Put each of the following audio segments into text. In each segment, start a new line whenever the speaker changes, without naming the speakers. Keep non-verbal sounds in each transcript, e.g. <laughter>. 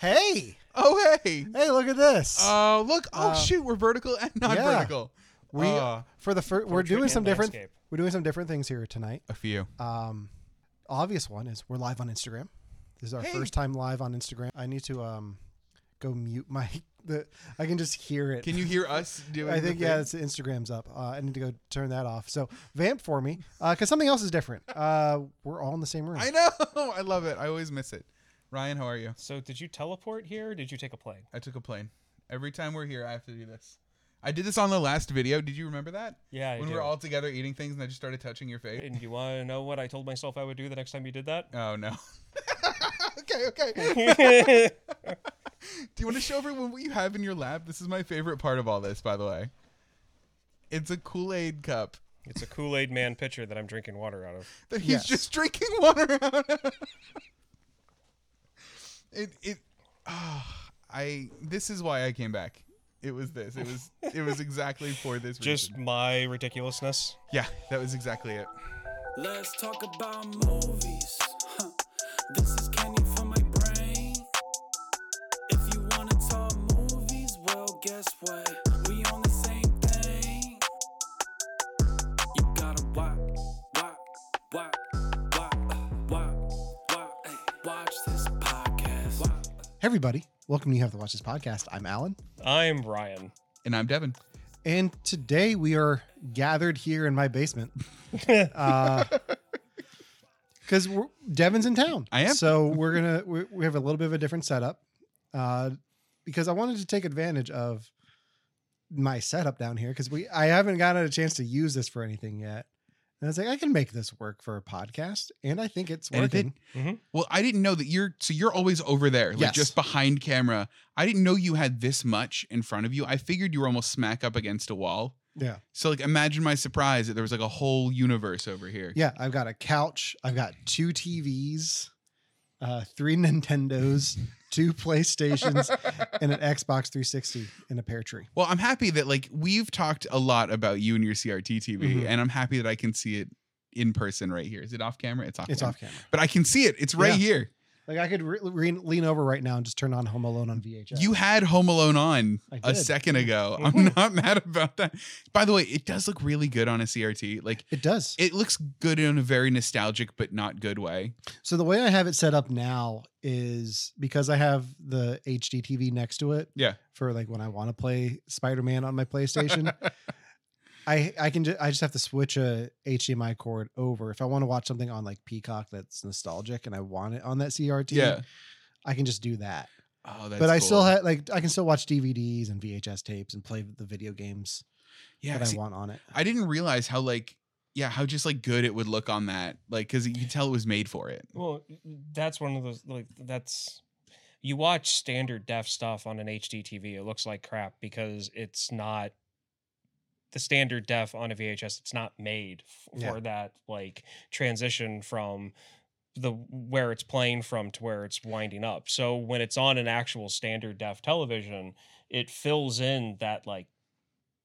Hey,
Oh
<laughs>
hey.
hey, look at this.
Oh look. Oh
Uh,
shoot, we're vertical and not
yeah.
vertical.
we
Uh,
for the first we're
portrait
doing
and
some different
landscape.
we're doing some different things here tonight.
a few.
Um, obvious one is we're live on Instagram. This is our
Hey.
first time live on Instagram. I need to um go mute my <laughs> the I can just hear it.
Can you hear us
<laughs>
doing
I
the
think yeah,
thing?
it's Instagram's up. Uh, I need to go turn that off. So vamp for me, because something else is different. Uh, we're all in the same room.
I know. <laughs> I love it. I always miss it. Ryan, how are you?
So did you teleport here or did you take a plane?
I took a plane. Every time we're here, I have to do this. I did this on the last video. Did you remember that?
Yeah, I
when we
do.
were all together eating things and I just started touching your face.
And you want to know what I told myself I would do the next time you did that?
Oh no. <laughs> okay, okay.
<laughs>
Do you want to show everyone what you have in your lap? This is my favorite part of all this, by the way. It's a Kool-Aid cup.
it's a Kool Aid Man pitcher that I'm drinking water out of.
that he's
Yes.
just drinking <laughs> water out of. it it ah, I this is why I came back. It was this. It was it was exactly for this
Just
reason.
my ridiculousness.
Yeah, that was exactly it.
Let's talk about movies. Huh. This is candy for my brain. If you wanna talk movies, well, guess what? We on the same thing. You gotta watch, watch, watch, watch, watch, watch, ay, watch this podcast. Watch.
Hey everybody, welcome to You Have to Watch This podcast. I'm Alan,
I'm Ryan.
And I'm Devin.
and today we are gathered here in my basement,
<laughs>
because we're Devin's in town.
I am.
So we're gonna we, we have a little bit of a different setup, uh, because I wanted to take advantage of my setup down here because we I haven't gotten a chance to use this for anything yet. And I was like, I can make this work for a podcast, and I think it's
And it did.
working.
Well, I didn't know that you're so you're always over there, like
Yes.
just behind camera. I didn't know you had this much in front of you. I figured you were almost smack up against a wall.
Yeah,
So like imagine my surprise that there was like a whole universe over here.
yeah. I've got a couch. I've got two TVs, uh, three <laughs> Nintendos, two PlayStations, and an Xbox 360 in a pear tree.
Well, I'm happy that like we've talked a lot about you and your CRT TV,
Mhm.
and I'm happy that I can see it in person right here. Is it off camera? It's off.
It's
camera.
off camera.
But I can see it. It's right
Yeah.
here.
Like I could re- re- lean over right now and just turn on Home Alone on VHS.
You had Home Alone on
I
a
did. <laughs>
second ago. I'm
Mhm.
not mad about that. By the way, it does look really good on a CRT. Like
it does.
it looks good in a very nostalgic but not good way.
So the way I have it set up now is because I have the HD TV next to it.
Yeah.
For like when I want to play Spider Man on my
<laughs>
PlayStation, I I can just I just have to switch a HDMI cord over if I want to watch something on like Peacock that's nostalgic and I want it on that CRT.
yeah.
I can just do that.
Oh, that's
but I still
cool.
have like I can still watch DVDs and VHS tapes and play the video games
yeah.
that
see,
I want on it.
I didn't realize how like yeah how just like good it would look on that like because you could tell it was made for it.
Well, that's one of those like that's you watch standard def stuff on an HD TV. It looks like crap because it's not the standard def on a VHS. It's not made f-
Yeah.
for that like transition from the where it's playing from to where it's winding up. So when it's on an actual standard def television, it fills in that like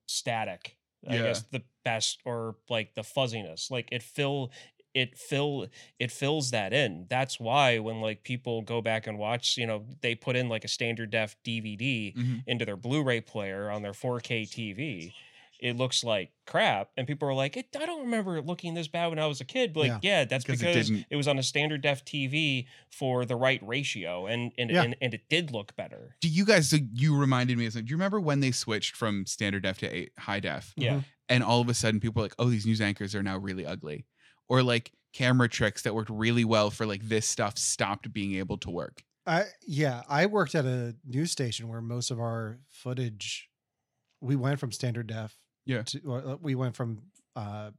static. I
Yeah.
guess the best or like the fuzziness. Like it fill it fill it fills that in. That's why when like people go back and watch, you know, they put in like a standard def DVD
Mhm.
into their Blu-ray player on their 4K TV. It looks like crap, and people are like, it, "I don't remember it looking this bad when I was a kid." But, Like,
Yeah.
yeah, that's
'Cause it
because
didn't.
it, was on a standard def TV for the right ratio, and and
Yeah.
and, and it did look better.
do you guys so you reminded me of something do you remember when they switched from standard def to eight, high def
Yeah,
and all of a sudden people were like oh these news anchors are now really ugly or like camera tricks that worked really well for like this stuff stopped being able to work
I yeah, I worked at a news station where most of our footage we went from standard def
Yeah.
to or, uh, we went from uh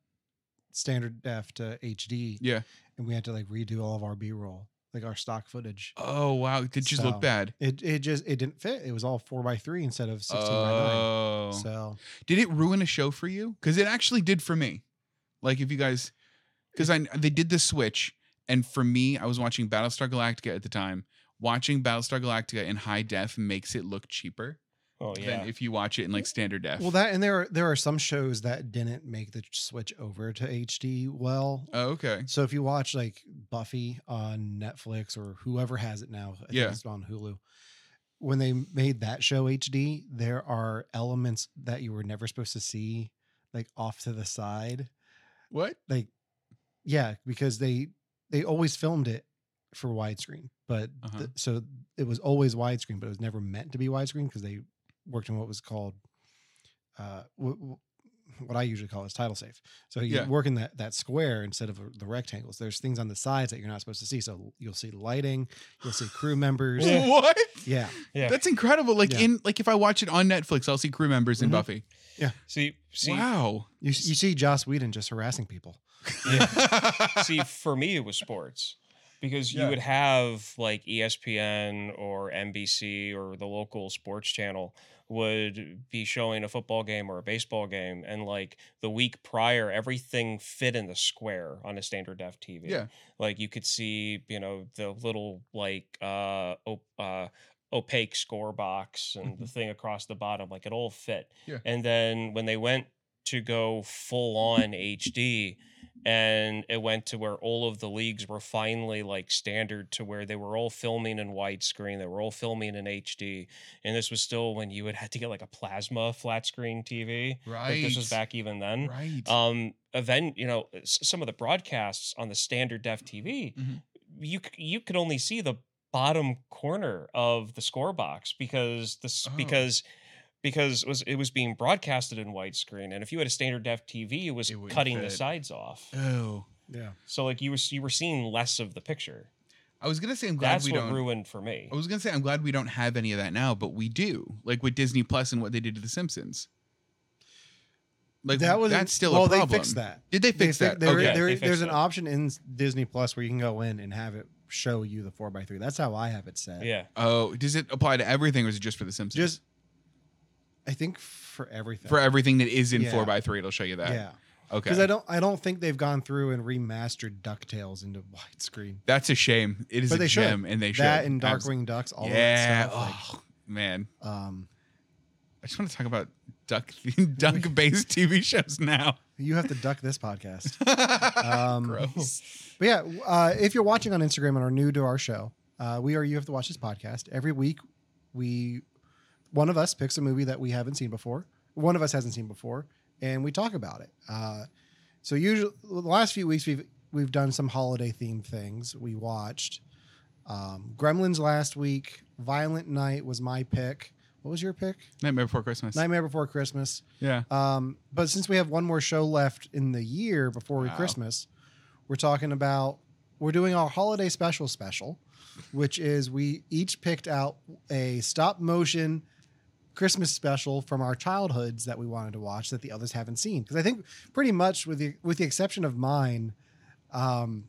standard def to HD
yeah
and we had to like redo all of our B-roll like our stock footage.
Oh wow, it did just
So,
look bad.
It it just it didn't fit. It was all four by three instead of sixteen by
Oh,
nine. So
did it ruin a show for you? Because it actually did for me. Like if you guys, because I they did the switch, and for me, I was watching Battlestar Galactica at the time. Watching Battlestar Galactica in high def makes it look cheaper
Oh yeah.
than if you watch it in like standard def.
well that and there are there are some shows that didn't make the switch over to HD well.
Oh, okay.
So if you watch like Buffy on Netflix or whoever has it now, I think
Yeah.
it's on Hulu. When they made that show HD, there are elements that you were never supposed to see, like off to the side.
What?
Like, yeah, because they they always filmed it for widescreen, but
Uh-huh.
th- so it was always widescreen, but it was never meant to be widescreen because they worked in what was called uh, w- w- what I usually call is title safe. So you
Yeah.
work in that that square instead of the rectangles. There's things on the sides that you're not supposed to see. So you'll see lighting, you'll see crew
<laughs>
members.
Yeah.
What?
yeah,
yeah.
That's incredible. Like
Yeah.
in like if I watch it on Netflix, I'll see crew members in
Mhm.
Buffy.
see see <laughs>
wow.
you s- you see Joss Whedon just harassing people.
see for me it was sports because
Yeah.
you would have like E espn or nbc or the local sports channel would be showing a football game or a baseball game and like the week prior everything fit in the square on a standard def tv
Yeah.
like you could see you know the little like uh, op- uh opaque score box and the thing across the bottom like it all fit
Mm-hmm. Yeah.
and then when they went to go full on hd and it went to where all of the leagues were finally like standard to where they were all filming in widescreen they were all filming in hd and this was still when you would have to get like a plasma flat screen tv
Right.
like this was back even then
Right.
um event you know s- some of the broadcasts on the standard def tv
Mhm.
you c- you could only see the bottom corner of the score box because this
Oh.
because because it was it was being broadcasted in widescreen and if you had a standard def tv it was
It wouldn't
cutting the
fit.
sides off
oh.
Yeah,
so like you were you were seeing less of the picture
I was gonna say I'm glad
that's
we
what
don't. Oh,
ruined for me
I was gonna say I'm glad we don't have any of that now, but we do. Like with Disney Plus and what they did to The Simpsons. Like
that was
that's still
well.
a problem.
They fixed that.
Did they fix
fi-
that?
There,
Okay.
there-
They fixed
there's an
that.
option in Disney Plus where you can go in and have it show you the four by three. That's how I have it set.
yeah
Oh, does it apply to everything, or is it just for The Simpsons?
just I think for everything.
for everything that is in
Yeah.
four x three, it'll show you that.
yeah,
Okay.
because I don't I don't think they've gone through and remastered Ducktales into widescreen.
That's a shame. It is
But
a
they should.
gem, and they should.
That and
Abs-
Darkwing Ducks, all
yeah.
of that stuff.
oh man,
Like, um,
I just want to talk about duck <laughs> duck based TV shows now.
you have to duck this podcast. <laughs>
<laughs>
Um,
Gross.
But yeah, uh, if you're watching on Instagram and are new to our show, uh, we are You Have to Watch This podcast. Every week, we one of us picks a movie that we haven't seen before. One of us hasn't seen before, and we talk about it. Uh, so usually, the last few weeks we've we've done some holiday themed things. We watched um, Gremlins last week. Violent Night was my pick. What was your pick?
Nightmare Before Christmas.
Nightmare Before Christmas.
yeah.
Um, but since we have one more show left in the year before
Wow.
Christmas, we're talking about we're doing our holiday special special, which is we each picked out a stop motion Christmas special from our childhoods that we wanted to watch that the others haven't seen. Because I think pretty much with the with the exception of mine, um,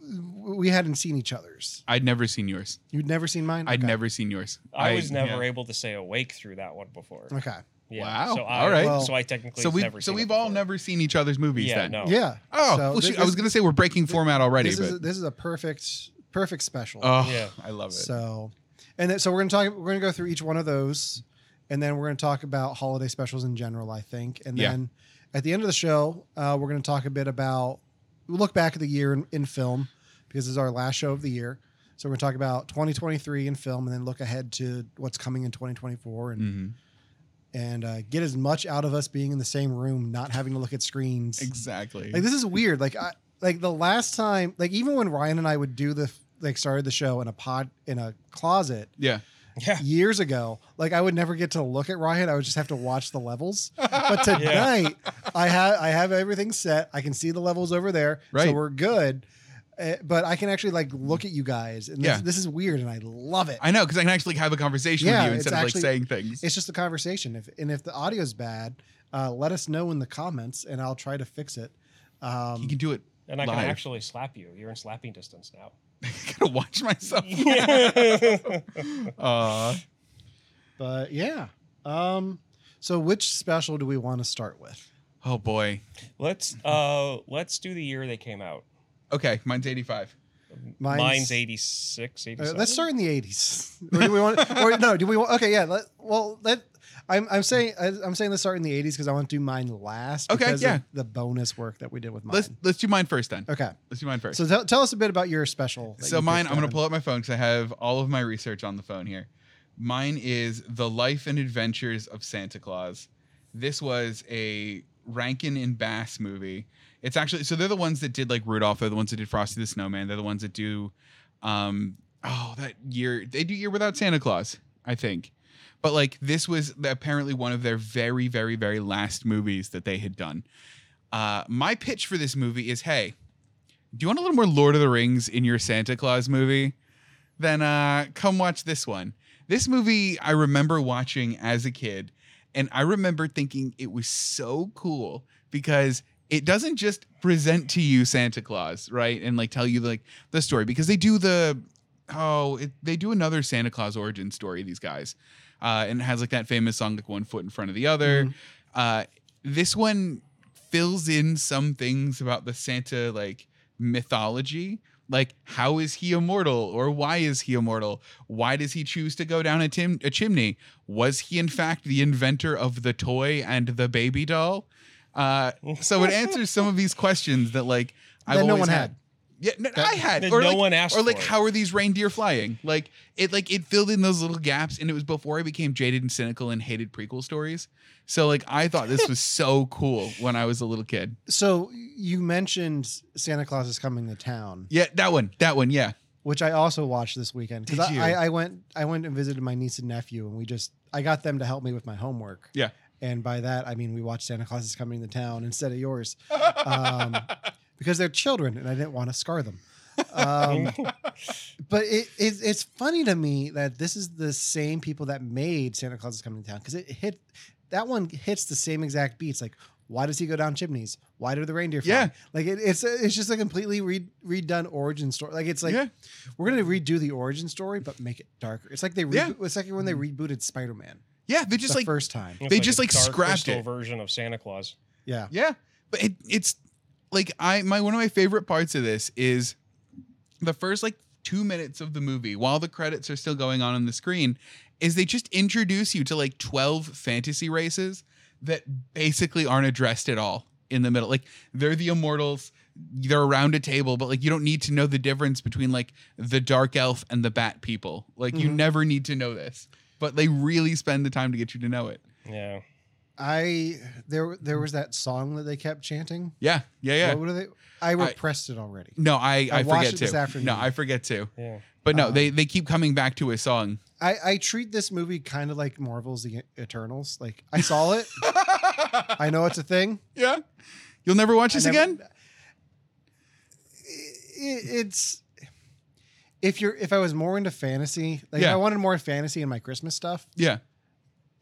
w- we hadn't seen each other's.
I'd never seen yours.
You'd never seen mine.
I'd
Okay.
never seen yours.
i was never
yeah.
able to say awake through that one before
Okay.
yeah
Wow.
so I,
All right.
Well-
so i technically
So
have
we
never
so
seen it
we've all
before.
never seen each other's movies
yeah
then.
no
Yeah.
Oh,
So
well,
thi-
shoot, I was
this-
gonna say we're breaking format already,
this
but
is a, this is a perfect perfect special.
oh,
Yeah.
I love it.
So, and then, so we're gonna talk. We're gonna go through each one of those, and then we're gonna talk about holiday specials in general. I think, and
Yeah.
then at the end of the show, uh, we're gonna talk a bit about we look back at the year in, in film because this is our last show of the year. So we're gonna talk about 2023 in film, and then look ahead to what's coming in 2024, and
Mhm.
and uh, get as much out of us being in the same room, not having to look at screens.
Exactly.
Like this is weird. Like I like the last time, like even when Ryan and I would do the like started the show in a pod in a closet
<laughs> yeah.
yeah
years ago, like I would never get to look at Ryan. I would just have to watch the levels.
<laughs>
But tonight, I have I have everything set. I can see the levels over there, so
Right.
we're good. Uh, but I can actually like look at you guys, and this,
Yeah.
this is weird, and I love it.
I know, because I can actually have a conversation
Yeah,
with you
it's
instead
actually-
of like saying things.
it's just a conversation. If and if the audio's bad, uh, let us know in the comments, and I'll try to fix it. Um,
You can do it <laughs>
and I can
Live.
actually slap you. You're in slapping distance
<laughs>
now. <laughs>
gotta watch myself. uh,
But yeah. Um, so which special do we want to start with?
oh boy.
let's uh let's do the year they came out.
Okay, mine's 85.
Mine's, 86,
Uh,
87.
let's start in the eighties. Or do we
<laughs>
want? Or no? Do we want? Okay, yeah. Let, well, let. I'm, I'm saying I- I'm saying let's start in the eighties because I want to do mine last.
Okay,
because of
yeah.
The bonus work that we did with mine.
Let's let's do mine first then.
okay.
Let's do mine first.
So tell, tell us a bit about your special. that
So
you
mine,
picked,
I'm gonna
Devin.
pull up my phone because I have all of my research on the phone here. Mine is the life and adventures of Santa Claus. This was a Rankin and Bass movie. It's actually so they're the ones that did like Rudolph. They're the ones that did Frosty the Snowman. They're the ones that do, um, oh that year they do Year Without Santa Claus, I think. But like this was apparently one of their very, very, very last movies that they had done. Uh, my pitch for this movie is, hey, do you want a little more Lord of the Rings in your Santa Claus movie? Then uh, come watch this one. This movie I remember watching as a kid, and I remember thinking it was so cool because it doesn't just present to you Santa Claus, right? And like tell you like the story because they do the oh it, they do another Santa Claus origin story these guys, uh, and it has like that famous song like one foot in front of the other. Uh, this one fills in some things about the Santa like mythology. Like, how is he immortal or why is he immortal? Why does he choose to go down a, tim- a chimney? Was he, in fact, the inventor of the toy and the baby doll? Uh, so it answers some of these questions that, like, I've
That no
always
one
had.
had.
Yeah, no,
That-
I had.
that
or
no
like,
one asked
Or like,
for.
how are these reindeer flying? Like it, like it filled in those little gaps, and it was before I became jaded and cynical and hated prequel stories. So like, I thought this was so cool when I was a little kid.
So you mentioned Santa Claus is coming to town,
Yeah, that one, that one, yeah.
which I also watched this weekend because
Did you?
I, I, I went I went and visited my niece and nephew, and we just I got them to help me with my homework.
Yeah.
And by that I mean we watched Santa Claus is coming to town instead of
<laughs>
yours, um, because they're children, and I didn't want to scar them.
<laughs>
Um, but it, it, it's funny to me that this is the same people that made Santa Claus is Coming to Town because it hit that one hits the same exact beats. Like, why does he go down chimneys? Why do the reindeer? Fly?
Yeah.
like it, it's it's just a completely re- redone origin story. Like it's like
Yeah.
we're gonna redo the origin story but make it darker. It's like they re-
Yeah.
it's like when they rebooted Spider Man
Yeah, they
the
just like
first time.
It's
they just,
a
like,
dark
scrapped
crystal
it.
version of Santa Claus.
Yeah,
Yeah, but it, it's like I my one of my favorite parts of this is the first like two minutes of the movie while the credits are still going on on the screen is they just introduce you to like 12 fantasy races that basically aren't addressed at all in the middle like they're the immortals they're around a table but like you don't need to know the difference between like the dark elf and the bat people like you
Mhm.
never need to know this but they really spend the time to get you to know it
Yeah.
I there there was that song that they kept chanting.
yeah yeah yeah
What were they? I repressed it already.
no i i,
I watched
forget
it
to
this afternoon.
no i forget to
Yeah.
<laughs> But no,
Um,
they they keep coming back to a song.
I, I treat this movie kind of like Marvel's The Eternals. Like I saw
<laughs>
it, I know it's a thing.
yeah. You'll never watch
I
this
never-
again?
It- it's if you're if I was more into fantasy, like if
Yeah.
I wanted more fantasy in my Christmas stuff,
Yeah.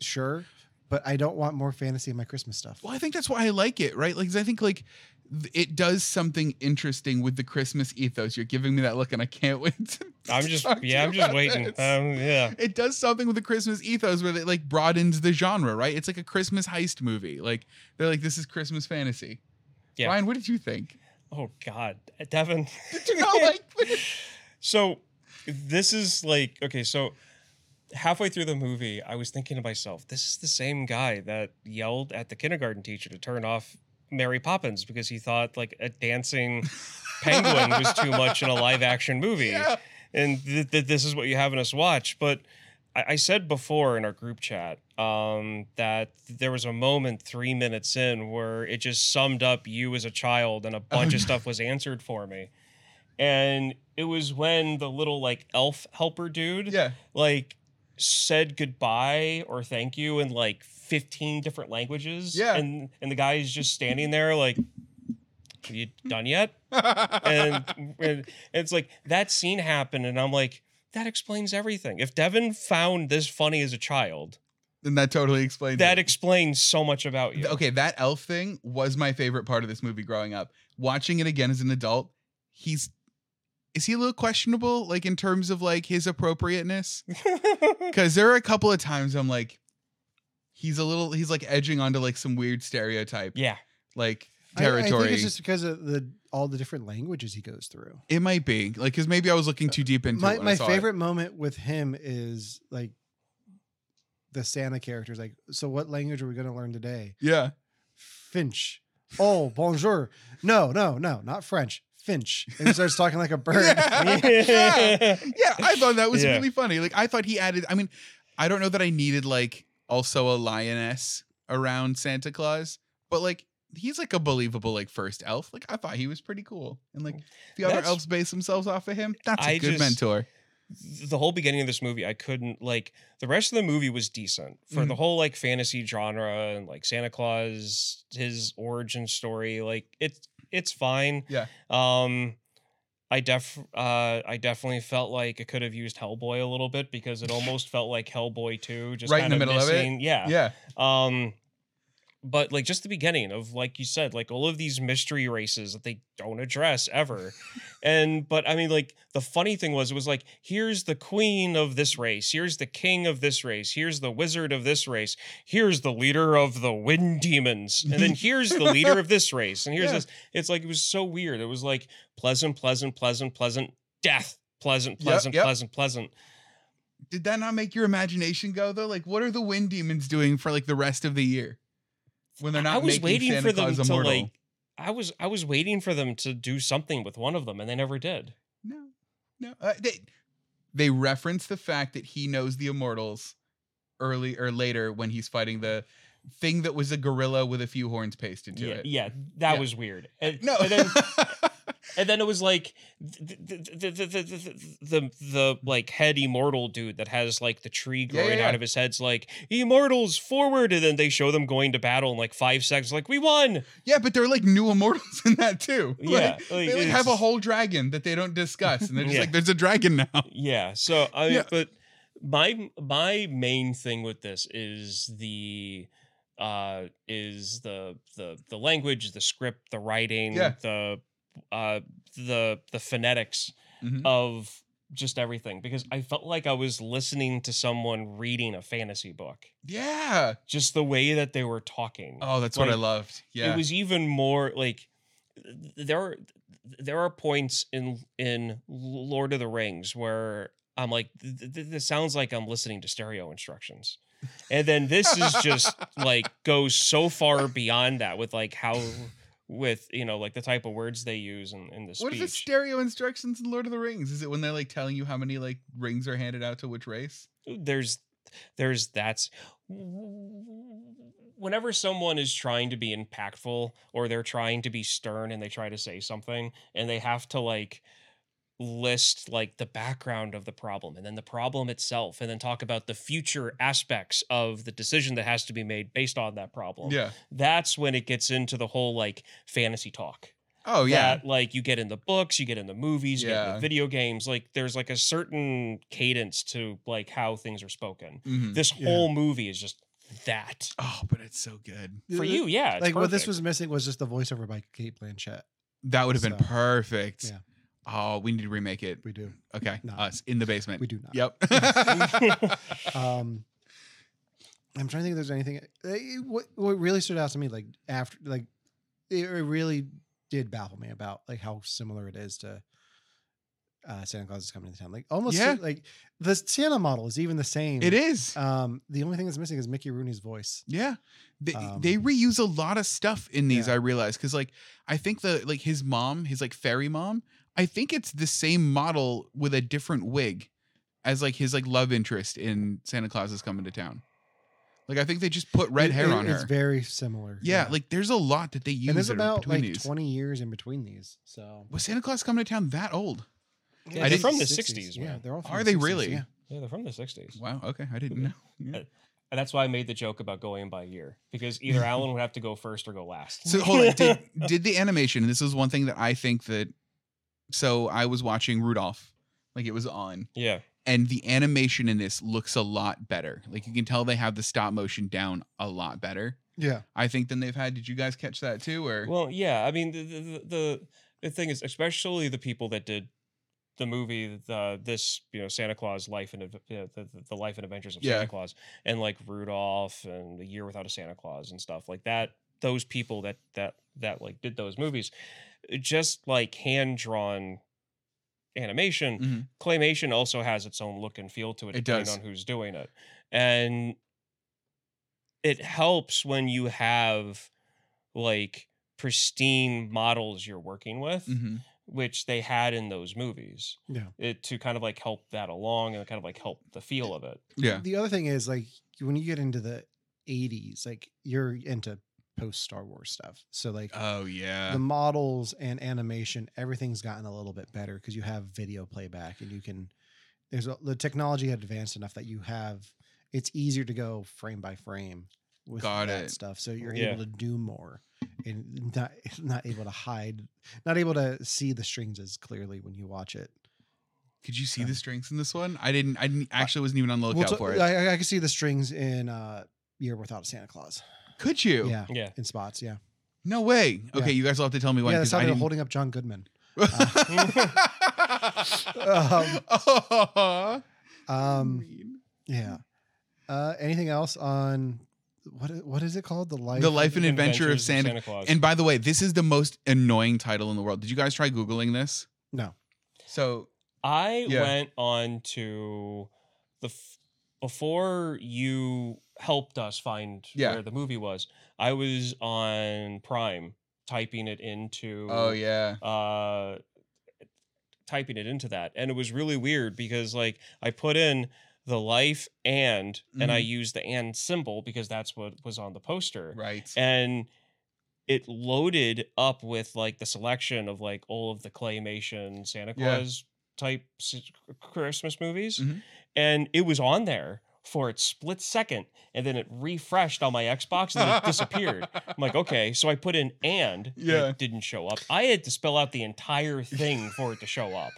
sure, but I don't want more fantasy in my Christmas stuff.
Well, I think that's why I like it, right? Like 'cause I think like th- it does something interesting with the Christmas ethos. You're giving me that look and I can't <laughs> wait to
I'm just
talk to
yeah,
you
I'm just
about
waiting. Um,
this.
yeah.
it does something with the Christmas ethos where it like broadens the genre, right? It's like a Christmas heist movie. Like they're like, this is Christmas fantasy.
Yeah.
Ryan, what did you think?
<laughs>
<laughs>
Oh God, Devin. <laughs>
Did you not like <laughs> it?
So this is like okay, so halfway through the movie, I was thinking to myself, this is the same guy that yelled at the kindergarten teacher to turn off Mary Poppins because he thought like a dancing penguin was too much in a live action movie.
Yeah.
And th- th- this is what you're having us watch. But I, I said before in our group chat um, that there was a moment three minutes in where it just summed up you as a child and a bunch of stuff was answered for me. And it was when the little like elf helper dude
Yeah.
like said goodbye or thank you in like 15 different languages.
Yeah.
And and the guy is just standing there like, Are you done yet? and,
<laughs>
and and it's like that scene happened, and I'm like, that explains everything. If Devin found this funny as a child,
Then that totally explains
That
it.
explains so much about you.
Okay, that elf thing was my favorite part of this movie growing up. Watching it again as an adult, he's is he a little questionable like in terms of like
<laughs>
his appropriateness? Cuz there are a couple of times I'm like he's a little he's like edging onto like some weird stereotype
<laughs> yeah.
like
I- I,
territory.
think it's just because of the all the different languages he goes through.
it might be like because maybe I was looking too deep into it
Uh, my
when I
my
saw it.
favorite moment with him is like the Santa characters. Like, so what language are we going to learn today?
Yeah,
Finch.
<laughs>
Oh, bonjour. No, no, no, not French. Finch. And he starts talking like a bird. <laughs>
Yeah. <laughs> yeah. I thought that was
Yeah.
really funny. Like I thought he added. I mean, I don't know that I needed like also a lioness around Santa Claus, but like he's like a believable like first elf. Like I thought he was pretty cool, and like the other
That's-
elves base themselves off of him. That's a
I
good
just-
mentor.
the whole beginning of this movie, I couldn't like the rest of the movie was decent for
Mm-hmm.
the whole like fantasy genre and like Santa Claus, his origin story. Like it's it's fine.
Yeah.
Um, I def uh I definitely felt like it could have used Hellboy a little bit because it almost felt like Hellboy two, just
Right in the
kinda
middle of it?
missing- Yeah.
Yeah,
Um, but like just the beginning of like you said, like all of these mystery races that they don't address ever. and but I mean, like the funny thing was, it was like here's the queen of this race, here's the king of this race, here's the wizard of this race, here's the leader of the wind demons, and then here's the leader of this race,
<laughs>
and here's
Yeah.
this. It's like it was so weird. It was like pleasant, pleasant, pleasant, pleasant, death, pleasant,
Yep,
pleasant,
yep.
pleasant, pleasant.
did that not make your imagination go though? Like, what are the wind demons doing for like the rest of the year when they're not?
I was
making
waiting
Santa
for them
Claus immortal?
to like. I was I was waiting for them to do something with one of them, and they never did.
No, no. Uh, they they reference the fact that he knows the immortals early or later when he's fighting the thing that was a gorilla with a few horns pasted to
yeah,
it.
yeah, that
Yeah. Uh,
was weird. And,
No.
and then and then it was like the the the the, the, the, the like head immortal dude that has like the tree
Yeah, yeah,
growing
yeah.
out of his head's like immortals forward, and then they show them going to battle in like five seconds, like we won.
<laughs> yeah, but there are like new immortals in that too. Like,
Yeah, like,
they like
it's-
have a whole dragon that they don't discuss, and they're just
<laughs> Yeah.
like, "There's a dragon now."
Yeah. So I mean,
Yeah.
but my my main thing with this is the uh is the the the language, the script, the writing,
Yeah.
the uh the the phonetics
Mhm.
Uh, of just everything because I felt like I was listening to someone reading a fantasy book.
Yeah.
Just the way that they were talking
Oh, that's what I
Like,
loved. Yeah.
it was even more like th- there are there are points in in Lord of the Rings where I'm like "Th- th- this sounds like I'm listening to stereo instructions. And then this is just
<laughs>
like goes so far beyond that with like how with you know like the type of words they use in, in the
what is the
speech.
stereo instructions in Lord of the Rings? Is it when they're like telling you how many like rings are handed out to which race?
there's there's that's whenever someone is trying to be impactful or they're trying to be stern and they try to say something and they have to like list like the background of the problem and then the problem itself and then talk about the future aspects of the decision that has to be made based on that problem
Yeah.
that's when it gets into the whole like fantasy talk
Oh yeah.
that like you get in the books, you get in the movies, you get in
Yeah.
the video games. Like there's like a certain cadence to like how things are spoken.
Mhm.
This
Yeah.
whole movie is just that
Oh, but it's so good.
for you. Yeah, it's
like what this
perfect.
was missing was just the voiceover by Kate Blanchett.
That would have been
So,
perfect.
yeah.
Oh, we need to remake it.
We do,
Okay.
No.
Us in the basement.
we do not. <laughs>
Yep.
Um, I'm trying to think if there's anything. eh, What what really stood out to me, like after, like it it really did baffle me about like how similar it is to uh, Santa Claus is coming to town. Like almost
Yeah.
like the Santa model is even the same.
<laughs> it is.
Um, the only thing that's missing is Mickey Rooney's voice.
Yeah. They,
Um,
they reuse a lot of stuff in these,
yeah.
I realize. Cause like I think the like his mom, his like fairy mom, I think it's the same model with a different wig as like his like love interest in Santa Claus is coming to town. Like I think they just put red
It-
hair
it-
on her.
It's very similar.
yeah, like there's a lot that they use
and there's
that are
about
between
like
these.
20 years in between these. So
Was Santa Claus coming to town that old?
Yeah,
I
they're
didn't-
from the
60s,
'60s.
Yeah,
man.
they're all. From
Are
the
they
60s,
really?
Yeah.
Yeah, they're from the '60s.
Wow. Okay. I didn't know. Yeah.
And that's why I made the joke about going by year
<laughs>
because either Alan would have to go first or go last.
So hold on.
<laughs>
Did, did the animation? This is one thing that I think that. So I was watching Rudolph, like it was on,
<laughs> yeah,
and the animation in this looks a lot better. Like you can tell they have the stop motion down a lot better.
Yeah.
I think than they've had. Did you guys catch that too? Or
Well, yeah. I mean, the the, the- the the thing is, especially the people that did the movie, the this you know Santa Claus life and Adve- yeah, the, the- the life and adventures of
Yeah.
Santa Claus, and like Rudolph and the year without a Santa Claus and stuff like that. Those people that that that like did those movies, just like hand drawn animation
Mhm.
claymation also has its own look and feel to it,
It
depending
does.
on who's doing it and it helps when you have like pristine models you're working with
Mhm.
which they had in those movies
Yeah.
it to kind of like help that along and kind of like help the feel of it
yeah,
The other thing is like when you get into the 80s, like you're into post Star Wars stuff. So like
oh yeah,
the models and animation, everything's gotten a little bit better because you have video playback and you can. There's a, the technology had advanced enough that you have. It's easier to go frame by frame with
Got
that
it.
stuff, so you're
Yeah.
able to do more and not <laughs> not able to hide, not able to see the strings as clearly when you watch it.
Did you see the strings in this one? I didn't. I didn't actually wasn't even on the
Well,
lookout
so-
for it.
I, I- I can see the strings in uh, Year Without a Santa Claus.
Could you?
Yeah,
yeah
in spots. Yeah,
No way.
Yeah.
Okay, you guys will have to tell me when.
yeah. That's how
'cause I
they're
didn't.
holding up John Goodman.
<laughs> um,
Um, Yeah. Uh, anything else on what i- what is it called? The life.
the life and
The
adventure of
Adventures
Santa.
claus
And by the way, this is the most annoying title in the world. Did you guys try googling this?
No.
So
I
Yeah.
went on to the f- before you helped us find
Yeah.
where the movie was. I was on Prime typing it into
oh yeah,
uh typing it into that and it was really weird because like I put in the life and and
Mm-hmm.
I used the and symbol because that's what was on the poster
right.
and it loaded up with like the selection of like all of the claymation Santa
Yeah.
Claus type s- Christmas movies,
Mhm.
and it was on there for its split second, and then it refreshed on my Xbox and then it disappeared. I'm like, okay, so I put in and and
Yeah.
it didn't show up. I had to spell out the entire thing for it to show up,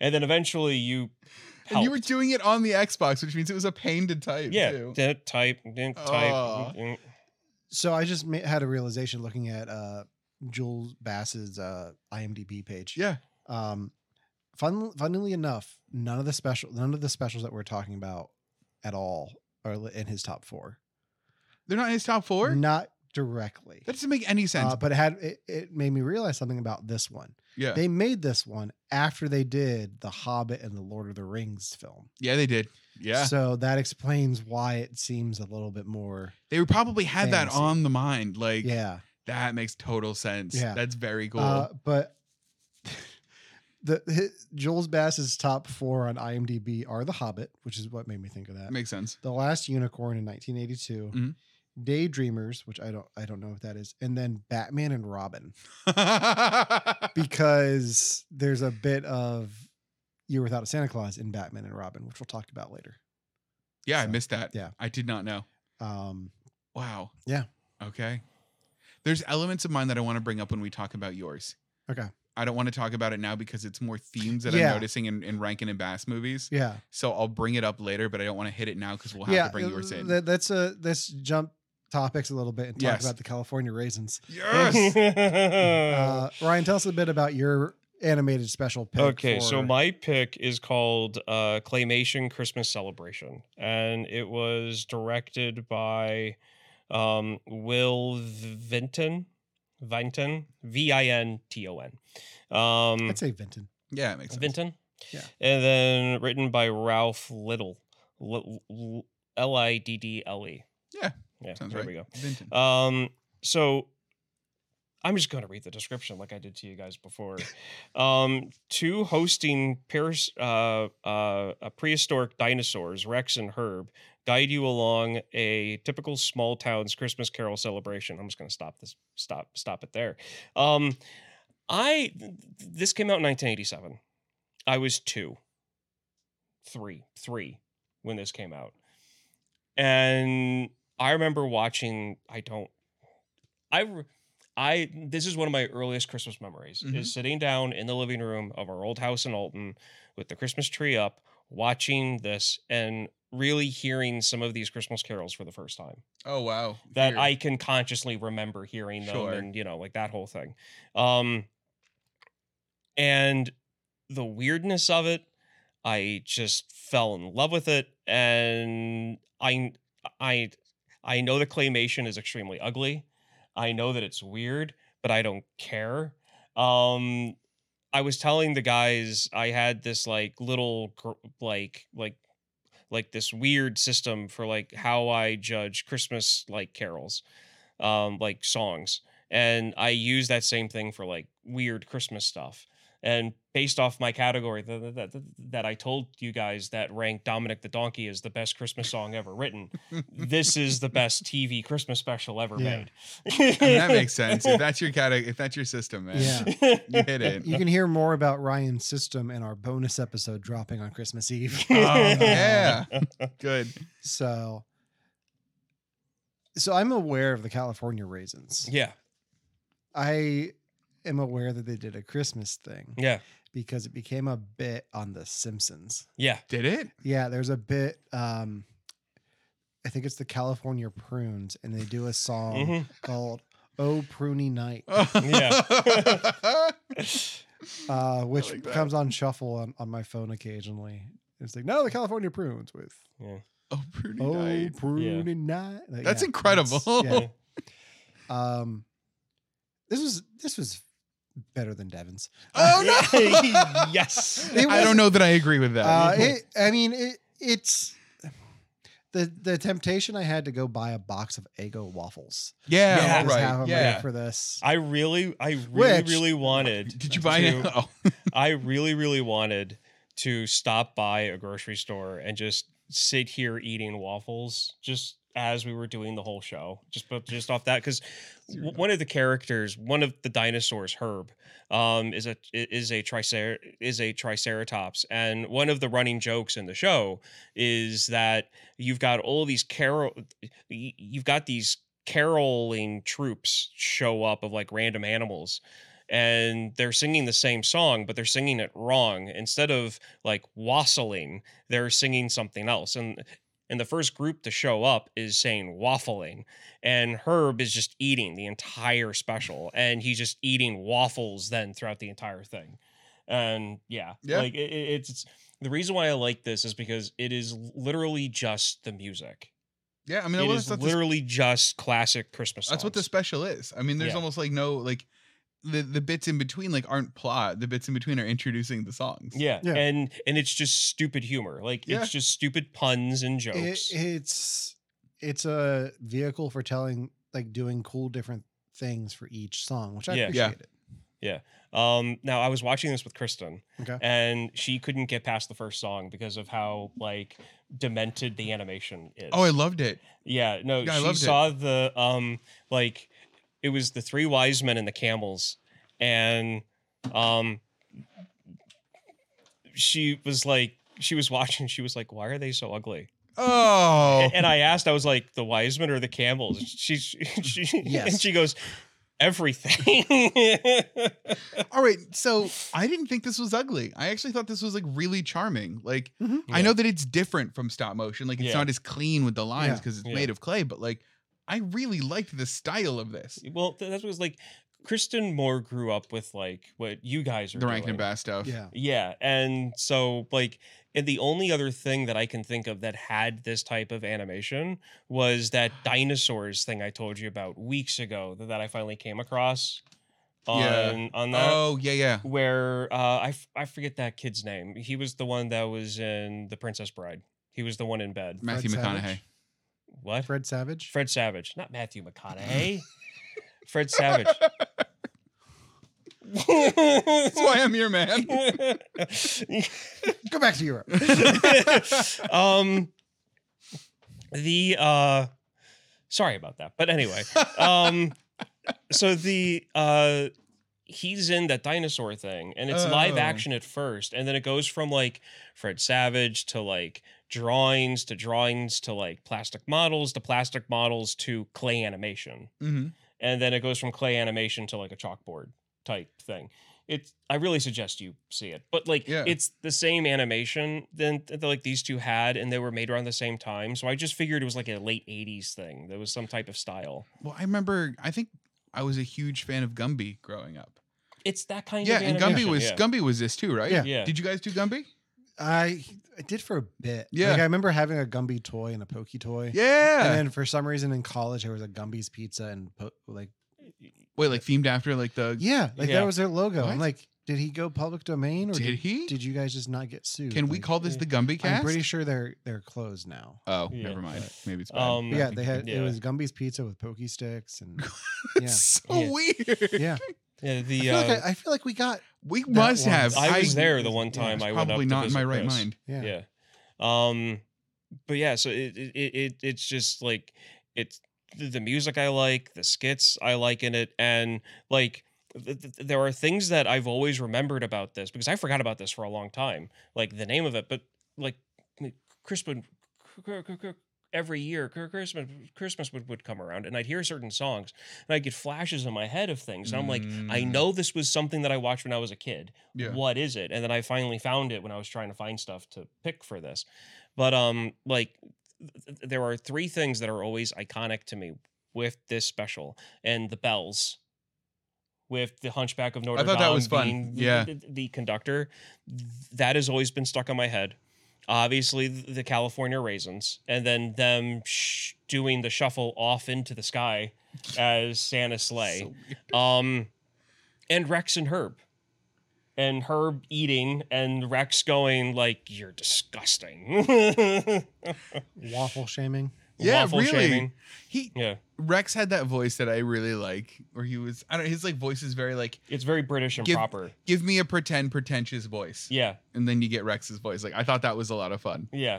and then eventually you
<laughs> And you were
helped.
doing it on the Xbox, which means it was a pain to type.
yeah,
too.
didn't type, didn't
Aw.
type. mm, mm.
So I just ma- had a realization looking at uh, Jules Bass's uh, IMDb page.
yeah.
Um, fun, funnily enough, none of the special none of the specials that we're talking about at all are li- in his top four.
They're not in his top four.
Not directly.
That doesn't make any sense.
Uh, but it had it, it made me realize something about this one.
yeah.
They made this one after they did The Hobbit and the Lord of the Rings film.
yeah, they did. Yeah.
So that explains why it seems a little bit more.
they probably had that
Fantasy.
on the mind. Like,
Yeah.
that makes total sense.
Yeah.
That's very cool.
Uh, but <laughs> the his, Jules Bass's top four on IMDb are The Hobbit, which is what made me think of that.
makes sense. <laughs>
the Last Unicorn in 1982.
Mhm.
Daydreamers, which I don't, I don't know what that is, and then Batman and
<laughs>
Robin,
yeah.
because there's a bit of You're Without a Santa Claus in Batman and Robin, which we'll talk about later.
I
So,
missed that.
yeah.
I did not know.
Um,
Wow.
Yeah.
Okay. There's elements of mine that I want to bring up when we talk about yours.
Okay.
I don't want to talk about it now because it's more themes that
Yeah.
I'm noticing in, in Rankin and Bass movies.
yeah,
So I'll bring it up later, but I don't want to hit it now because we'll have to bring yours in.
That, that's a let's jump topics a little bit and talk
Yes.
about the California raisins. <laughs>
<laughs>
yes.
Uh, Ryan, tell us a bit about your animated special pick.
Okay, so
for-
my pick is called uh, Claymation Christmas Celebration, and it was directed by um, Will Vinton, Vinton, V I N T O N. Um,
I'd say Vinton.
yeah, it makes sense.
Vinton.
Yeah.
And then written by Ralph Little, L I D D L E.
Yeah,
Yeah.
Sounds
there
right.
we go.
Vinton.
Um, so I'm just going to read the description like I did to you
<laughs>
guys before. um, two hosting pairs, uh, uh, uh, prehistoric dinosaurs, Rex and Herb, guide you along a typical small town's Christmas carol celebration. I'm just going to stop this, stop, stop it there. Um, I, th- this came out in 1987. I was two, three, three when this came out. And I remember watching. I don't. I. re- I. This is one of my earliest Christmas memories.
Mhm.
Is sitting down in the living room of our old house in Alton with the Christmas tree up, watching this and really hearing some of these Christmas carols for the first time
Oh wow.
that
Weird.
I can consciously remember hearing them
Sure.
and you know like that whole thing. Um and the weirdness of it, I just fell in love with it and I I I know the claymation is extremely ugly. I know that it's weird, but I don't care. Um I was telling the guys I had this like little gr- like like like this weird system for like how I judge Christmas like carols, um, like songs. And I use that same thing for like weird Christmas stuff. And based off my category that, that, that, that I told you guys that ranked Dominic the Donkey as the best Christmas song ever written, this
<laughs>
is the best TV Christmas special ever
Yeah.
made.
I mean, that
<laughs>
makes sense. If that's your kind of, if that's your system, man,
Yeah.
you hit
<laughs>
it.
You can hear more about Ryan's system in our bonus episode dropping on Christmas Eve.
<laughs> Oh yeah,
<laughs>
good.
So, so I'm aware of the California raisins.
Yeah.
I am aware that they did a Christmas thing
Yeah.
because it became a bit on The Simpsons.
Yeah.
Did it?
Yeah, there's a bit. Um, I think it's the California Prunes, and they do a song
Mm-hmm. Um,
Mhm.
called "Oh Pruny Night,"
Yeah.
<laughs>
Mm-hmm.
uh, which
like that.
comes on shuffle on, on my phone occasionally. It's like no, the California Prunes with
<laughs> oh, pretty
"Oh
nice.
Pruny Night." Like,
That's
yeah,
incredible.
yeah.
<laughs>
Um, this was this was better than Devon's.
Oh <laughs> no!
<laughs> yes.
It
I
was-
don't know that I agree with that.
Uh, it, I mean, it, it's the the temptation I had to go buy a box of Eggo waffles.
yeah,
Yeah.
all
Just have 'em
right.
ready
Yeah.
for this.
I really, I really,
Which-
really wanted.
Did you buy <laughs>
to-
it? Oh,
I really, really wanted to stop by a grocery store and just sit here eating waffles, just as we were doing the whole show, just but just off that because
Zero.
one of the characters, one of the dinosaurs, Herb, um, is a is a tricer is a triceratops, and one of the running jokes in the show is that you've got all these carol, y- you've got these caroling troops show up of like random animals and they're singing the same song, but they're singing it wrong. Instead of like wassailing, they're singing something else. And and the first group to show up is saying waffling, and Herb is just eating the entire special, and he's just eating waffles then throughout the entire thing. And yeah,
Yeah.
like it, it- it's, it's the reason why I like this is because it is literally just the music.
yeah. I mean, that
it
was,
is
that's, the,
literally just classic Christmas.
that's what the
songs.
special is. I mean, there's
Yeah.
almost like no like the the bits in between like aren't plot. The bits in between are introducing the songs.
Yeah.
Yeah.
and and it's just stupid humor. Like
Yeah.
it's just stupid puns and
It,
jokes.
it's it's a vehicle for telling like doing cool different things for each song, which I
Yeah.
Yeah.
appreciate it.
um, now I was watching this with Kristen,
Okay.
and she couldn't get past the first song because of how like demented the animation is.
Oh, I loved it.
Yeah, no,
Yeah, I
she
loved it.
saw the um like it was the three wise men and the camels and um she was like she was watching she was like why are they so ugly
Oh,
<laughs> and I asked, I was like, the wise men or the camels? She, she <laughs>
Yes.
and she goes, everything. <laughs>
all right. So I didn't think this was ugly. I actually thought this was like really charming. Like
Mhm.
I
Yeah.
know that it's different from stop motion. Like it's
Yeah.
not as clean with the lines
Yeah.
because it's
Yeah.
made of clay. But like I really liked the style of this.
well, th- that was like, Kristen Moore grew up with like what you guys are
The Rankin and
doing.
Bass stuff.
Yeah,
<laughs>
Yeah, and so like, and the only other thing that I can think of that had this type of animation
<sighs>
was that dinosaurs thing I told you about weeks ago that, that I finally came across on
Yeah.
on that.
Oh yeah, yeah.
where uh, I, f- I forget that kid's name. He was the one that was in The Princess Bride. He was the one in bed.
Matthew
Fred <laughs>
McConaughey.
Savage.
What? Fred,
Fred Savage.
Savage, not Matthew McConaughey. Fred Savage. <laughs>
That's
<laughs>
why I'm
<laughs>
here, man.
Go back to Europe.
<laughs> um, the uh, sorry about that, but anyway, um, so the uh, he's in that dinosaur thing, and it's live
Oh.
action at first, and then it goes from like Fred Savage to like drawings to drawings to like plastic models to plastic models to clay animation
hmm
and then it goes from clay animation to like a chalkboard type thing. it's I really suggest you see it. But like
Yeah.
it's the same animation than that, like these two had and they were made around the same time. So I just figured it was like a late 80s thing. There was some type of style.
Well, I remember. I think I was a huge fan of Gumby growing up.
It's that kind
yeah,
of
and
animation.
Gumby was
yeah.
Gumby was this too, right?
Yeah.
Yeah.
Did you guys do Gumby?
<laughs> I I did for a bit.
Yeah.
Like I remember having a Gumby toy and a Pokey toy.
Yeah.
And then for some reason in college there was a Gumby's pizza and po- like
Wait, like themed after like the.
yeah, like
Yeah.
that was their logo.
What?
I'm like, did he go public domain or
Did he?
Did you guys just not get sued?
Can we
Like,
call this the Gumby cast?
I'm pretty sure they're they're closed now.
Oh,
Yeah.
never mind. Maybe it's bad.
Um,
But yeah, they
<laughs>
had
Yeah.
it was Gumby's pizza with Pokey sticks and yeah.
It's so
Yeah.
weird.
yeah.
Yeah,
I
the
feel,
uh,
like I, I feel like we got
We
That
must
one.
have.
I was
I-
there the one
yeah,
time
it's
I went up.
probably
to
not in
visit
my right
Chris.
mind.
yeah.
yeah um but yeah so it it, it- it it's just like it's th- the music i like the skits i like in it and like th- th- there are things that i've always remembered about this because i forgot about this for a long time like the name of it but like m- crispin cr- cr- cr- every year cr- christmas christmas would, would come around and i'd hear certain songs and i'd get flashes in my head of things and i'm like i
Mm.
know this was something that i watched when i was a kid
Yeah.
what is it and then i finally found it when i was trying to find stuff to pick for this but um like th- th- there are three things that are always iconic to me with this special and the bells with the hunchback of notre
thought that
Dame
was fun.
being the-
Yeah.
the, the conductor that has always been stuck on my head obviously th- the california raisins and then them sh- doing the shuffle off into the sky as santa's sleigh
<laughs> So weird.
um, and Rex and Herb, and Herb eating, and Rex going like, "You're disgusting." <laughs>
waffle shaming.
Yeah,
Waffle
really.
shaming.
He
Yeah,
Rex had that voice that I really like, where he was. I don't. His like voice is very like,
it's very British and
Give-
proper.
give me a pretend pretentious voice,
Yeah,
and then you get Rex's voice. Like I thought that was a lot of fun.
yeah,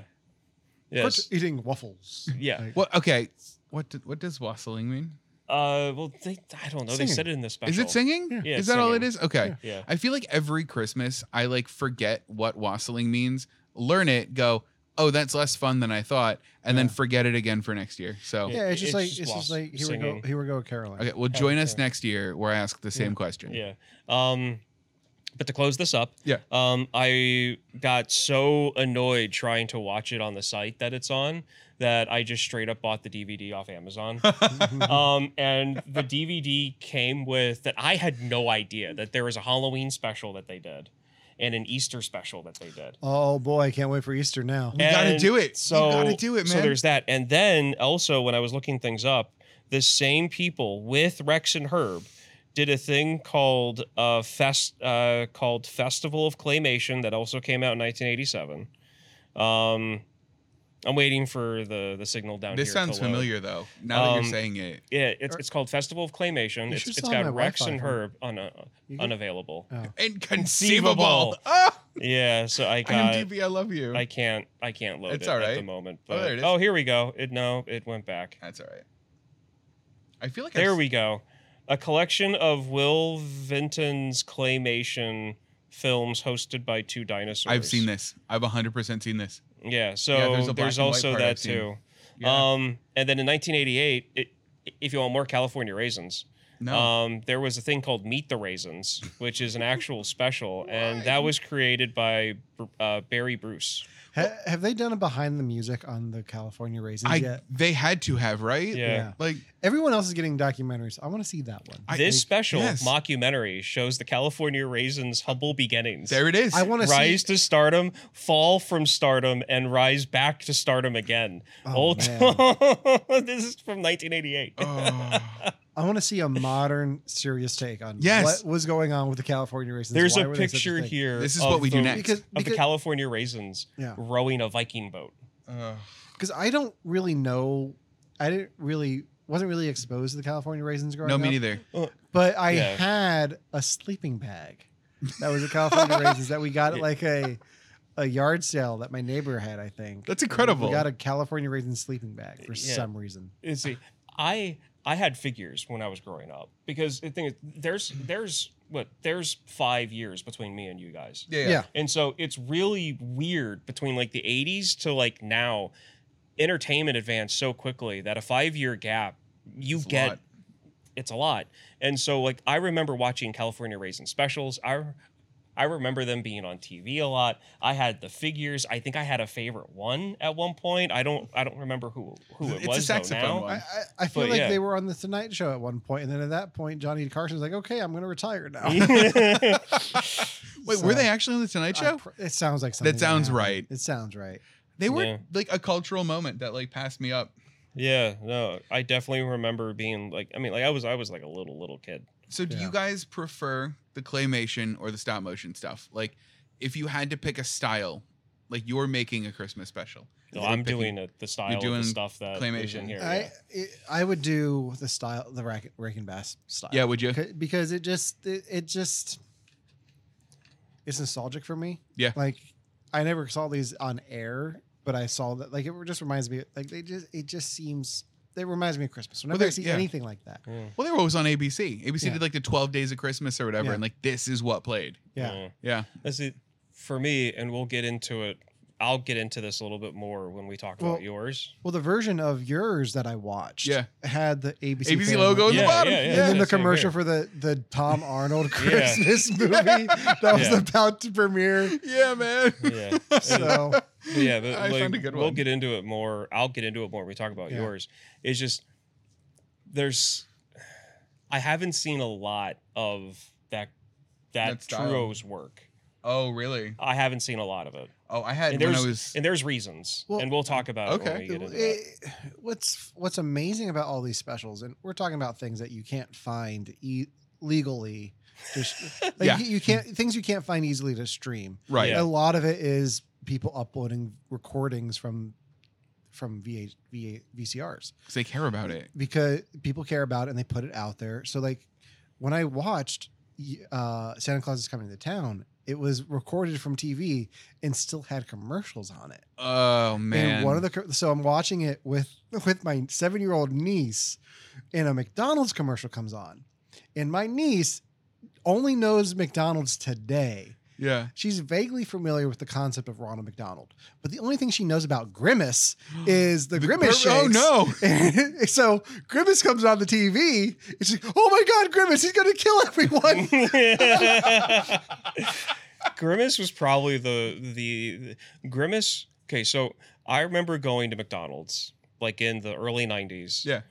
Quit
yes,
eating waffles.
yeah.
Like,
Well, okay. What do, what does wassailing mean?
Uh, well, they, I don't know. They
Singing.
said it in the special.
Is it singing?
Yeah,
is that all it
singing.
is? Okay.
Yeah,
I feel like every Christmas I like forget what wassailing means, learn it, go, oh, that's less fun than I thought, and then
Yeah.
forget it again for next year. So
yeah, it's just
It's
like
just
it's just
waffle
like here we
singing.
go here we go Caroline.
okay, well, join us
yeah.
next year where I ask the same question.
yeah. Um, but to close this up,
Yeah.
Um, I got so annoyed trying to watch it on the site that it's on that I just straight up bought the DVD off Amazon. um, and the DVD came with that I had no idea that there was a Halloween special that they did and an Easter special that they did.
Oh boy, I can't wait for Easter now.
We gotta
And
do it.
So
you gotta do it, man.
So there's that. And then also when I was looking things up, the same people with Rex and Herb did a thing called uh, fest uh, called Festival of Claymation that also came out in 1987. Um, I'm waiting for the the signal down
this
here.
sounds
to load.
familiar Er though. Now that
Um,
you're saying it,
Yeah, it's, it's called Festival of Claymation. It's,
should've
it's
saw my
got Rex
Wi-Fi
and
here.
Herb on uh,
You good?
unavailable.
inconceivable. <laughs>
Conceivable.
Ah,
Yeah, so I got
IMDb, I love you.
I can't I can't load
It's
it
all
at the
right.
moment.
Oh, there
But,
it is.
oh, here we go. It no, it went back.
that's all right. I feel like
There
I've,
we go. A collection of Will Vinton's claymation films hosted by two dinosaurs.
I've seen this. I've 100% seen this.
Yeah, so
Yeah, there's
there's,
a black and white
also
part
that
I've seen.
too.
Yeah.
Um, and then in 1988, it, if you want more California raisins,
no.
um, there was a thing called Meet the Raisins, which is an actual special, and that was created by uh, Barry Bruce.
Ha- have they done a behind the music on the California raisins
I
yet?
they had to have, right?
Yeah.
Like
Everyone else is getting documentaries. I want to see that one.
I-
this
like,
special
yes.
mockumentary shows the California raisins' humble beginnings.
there it is.
I want to
rise
see.
to stardom, fall from stardom, and rise back to stardom again.
Oh,
Old- <laughs> this is from 1988.
Oh.
<laughs>
I want to see a modern, serious take on
Yes.
what was going on with the California raisins.
There's
Why
a
were they such
picture
thing?
here.
This is
of
what we do
the-
next.
because
Of the
because
California raisins
Yeah.
rowing a Viking boat.
Ugh.
because I don't really know. I didn't really wasn't really exposed to the California raisins growing
no,
up.
me neither.
But I
Yeah.
had a sleeping bag that was a
<laughs>
California raisins that we got at
Yeah.
like a a yard sale that my neighbor had. I think
That's incredible.
We got a California raisin sleeping bag for
Yeah.
some reason.
You see, I I had figures when I was growing up because the thing is, there's there's what there's five years between me and you guys.
yeah,
yeah.
And so it's really weird between like the 80s to like now. Entertainment advanced so quickly that a five year gap, you
It's a
get
lot.
it's a lot. And so like I remember watching California Raisin specials. I I remember them being on TV a lot. I had the figures. I think I had a favorite one at one point. I don't I don't remember who who it
It's a
was though
saxophone
now.
one.
I, I, I feel
But,
like
yeah.
they were on the Tonight Show at one point, and then at that point, Johnny Carson's like, "Okay, I'm going to retire now."
<laughs> Wait,
So, uh,
were they actually on the Tonight
<laughs> I
Show?
pr- it sounds like something
sounds
happened.
right.
It sounds right.
they were
Yeah.
like a cultural moment that like passed me up.
<laughs> yeah, no. I definitely remember being like I mean like I was I was like a little little kid.
So do
Yeah.
you guys prefer the claymation or the stop motion stuff? Like if you had to pick a style, like you're making a Christmas special.
No,
Instead of
I'm
picking
doing it the style
doing
of the stuff that is in
claymation.
here. yeah.
I it, I would do the style, the rack, rake and bass style.
Yeah, would you?
Beca- because it just it, it just it's nostalgic for me.
Yeah.
like I never saw these on air, but I saw that. Like it just reminds me. Like they just it just seems. It reminds me of Christmas. Whenever I
they-
see
yeah.
anything like that,
Yeah.
Well, they were always on ABC. ABC
Yeah.
did like the 12 Days of Christmas or whatever,
Yeah.
and like this is what played.
yeah,
Yeah.
Yeah.
That's it for me, and we'll get into it. I'll get into this a little bit more when we talk
Well, <laughs>
about yours.
Well, the version of yours that I watched
Yeah.
had the ABC,
ABC
family-
logo in
Yeah,
the bottom.
yeah, yeah.
And then the
same
commercial
here.
for the the Tom Arnold
<laughs> Yeah.
Christmas
<laughs>
movie that was
Yeah.
about to premiere.
<laughs> Yeah, man.
Yeah.
So <laughs>
yeah,
<laughs>
but
I
like,
found a good
we'll
one.
get into it more. I'll get into it more when we talk about
Yeah.
yours. It's just there's I haven't seen a lot of that that
That style.
Truo's work.
oh, really?
I haven't seen a lot of it.
Oh, I had
And
when I
there's
was.
and there's reasons.
Well,
and we'll talk about it when
okay.
we get into that.
it- what's what's amazing about all these specials, and we're talking about things that you can't find e- legally. Just
<laughs>
like
Yeah.
you, you can't things you can't find easily to stream.
Right.
Yeah.
A lot of it is people uploading recordings from from VH, VH, VCRs.
'Cause they care about it.
because people care about it and they put it out there. So like when I watched y- uh, Santa Claus is coming to town, it was recorded from TV and still had commercials on it.
Oh, man.
And one of the co- so I'm watching it with <laughs> with my seven year old niece, and a McDonald's commercial comes on, and my niece only knows McDonald's today.
yeah.
She's vaguely familiar with the concept of Ronald McDonald, but the only thing she knows about
<gasps>
Grimace is the, Grimace
per-
shakes.
Oh, no.
And <laughs> so Grimace comes on the TV. It's like, oh my God, Grimace, he's going to kill
<laughs>
everyone.
<laughs> Grimace was probably the, the the Grimace. Okay, so I remember going to McDonald's like in the early '90s.
Yeah.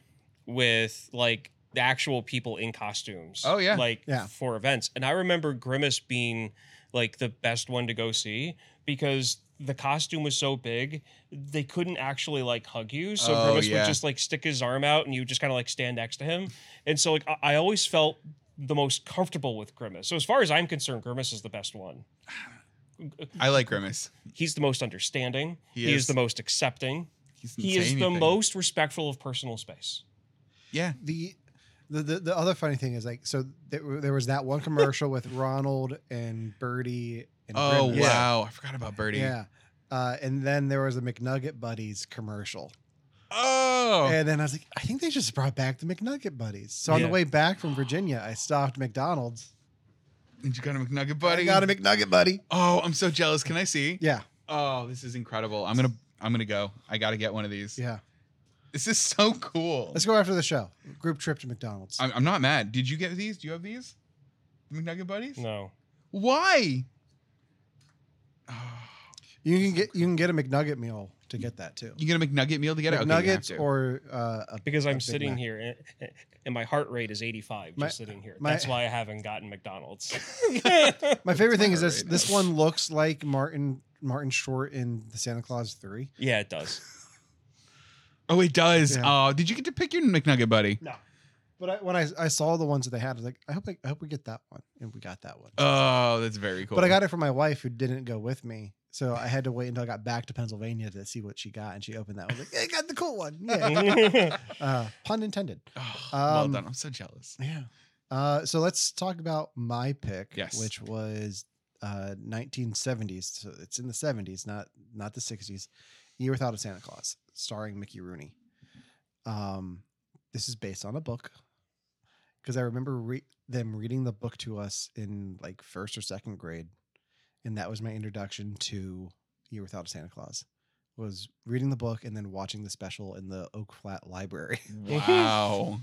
with like the actual people in costumes.
Oh, yeah.
like
Yeah.
for events. And I remember Grimace being like the best one to go see because the costume was so big they couldn't actually like hug you. So
Oh,
Grimace
yeah.
would just like stick his arm out and you just kind of like stand next to him. And so like I, I always felt the most comfortable with Grimace. So as far as I'm concerned, Grimace is the best one.
I like Grimace.
He's the most understanding.
He
He,
is.
is the most accepting.
He's
He is the most respectful of personal space.
Yeah.
the, the, the, the other funny thing is like, so there, were- there was that one commercial with Ronald and Birdie. And
Oh,
Grimace.
wow. I forgot about Birdie.
Yeah. Uh, and then there was a McNugget Buddies commercial.
Oh.
And then I was like, I think they just brought back the McNugget Buddies. So on
Yeah.
the way back from Virginia, I stopped McDonald's.
Did you got a McNugget, buddy?
I got a McNugget Buddy.
Oh, I'm so jealous. Can I see?
Yeah.
Oh, this is incredible. I'm gonna I'm gonna go. I gotta get one of these.
Yeah.
This is so cool.
Let's go after the show. Group trip to McDonald's.
I'm, I'm not mad. Did you get these? Do you have these? The McNugget buddies?
No.
Why? <sighs> Oh,
You can get you can get a McNugget meal to get that too.
you get a McNugget meal to get it? Okay, you have
McNuggets
to.
or uh, a,
because
a
I'm
Big
sitting
Mac.
here and, and my heart rate is 85
My-
just sitting here.
my-
That's why I haven't gotten
<laughs>
McDonald's.
My favorite thing is
my
this.
rate
This
is.
one looks like Martin Martin Short in the Santa Claus Three.
yeah,
<laughs>
it does.
Oh, it does.
Yeah.
Oh, did you get to pick your McNugget buddy?
No, but I, when I, I saw the ones that they had, I was like, I hope I, I hope we get that one, and we got that one.
Oh, that's very cool.
But I got it from my wife who didn't go with me, so I had to wait until I got back to Pennsylvania to see what she got, and she opened that. one. I was like, yeah, I got the cool one. Yeah,
<laughs>
uh, pun intended.
Oh, <sighs> well
Um,
done. I'm
<laughs>
so jealous.
Yeah. Uh, so let's talk about my pick,
Yes.
which was uh, 1970s. So it's in the 70s, not not the 60s. Year Without a Santa Claus, starring Mickey Rooney. Um, this is based on a book because I remember re- them reading the book to us in like first or second grade, and that was my introduction to Year Without a Santa Claus. Was reading the book and then watching the special in the Oak Flat Library.
Wow.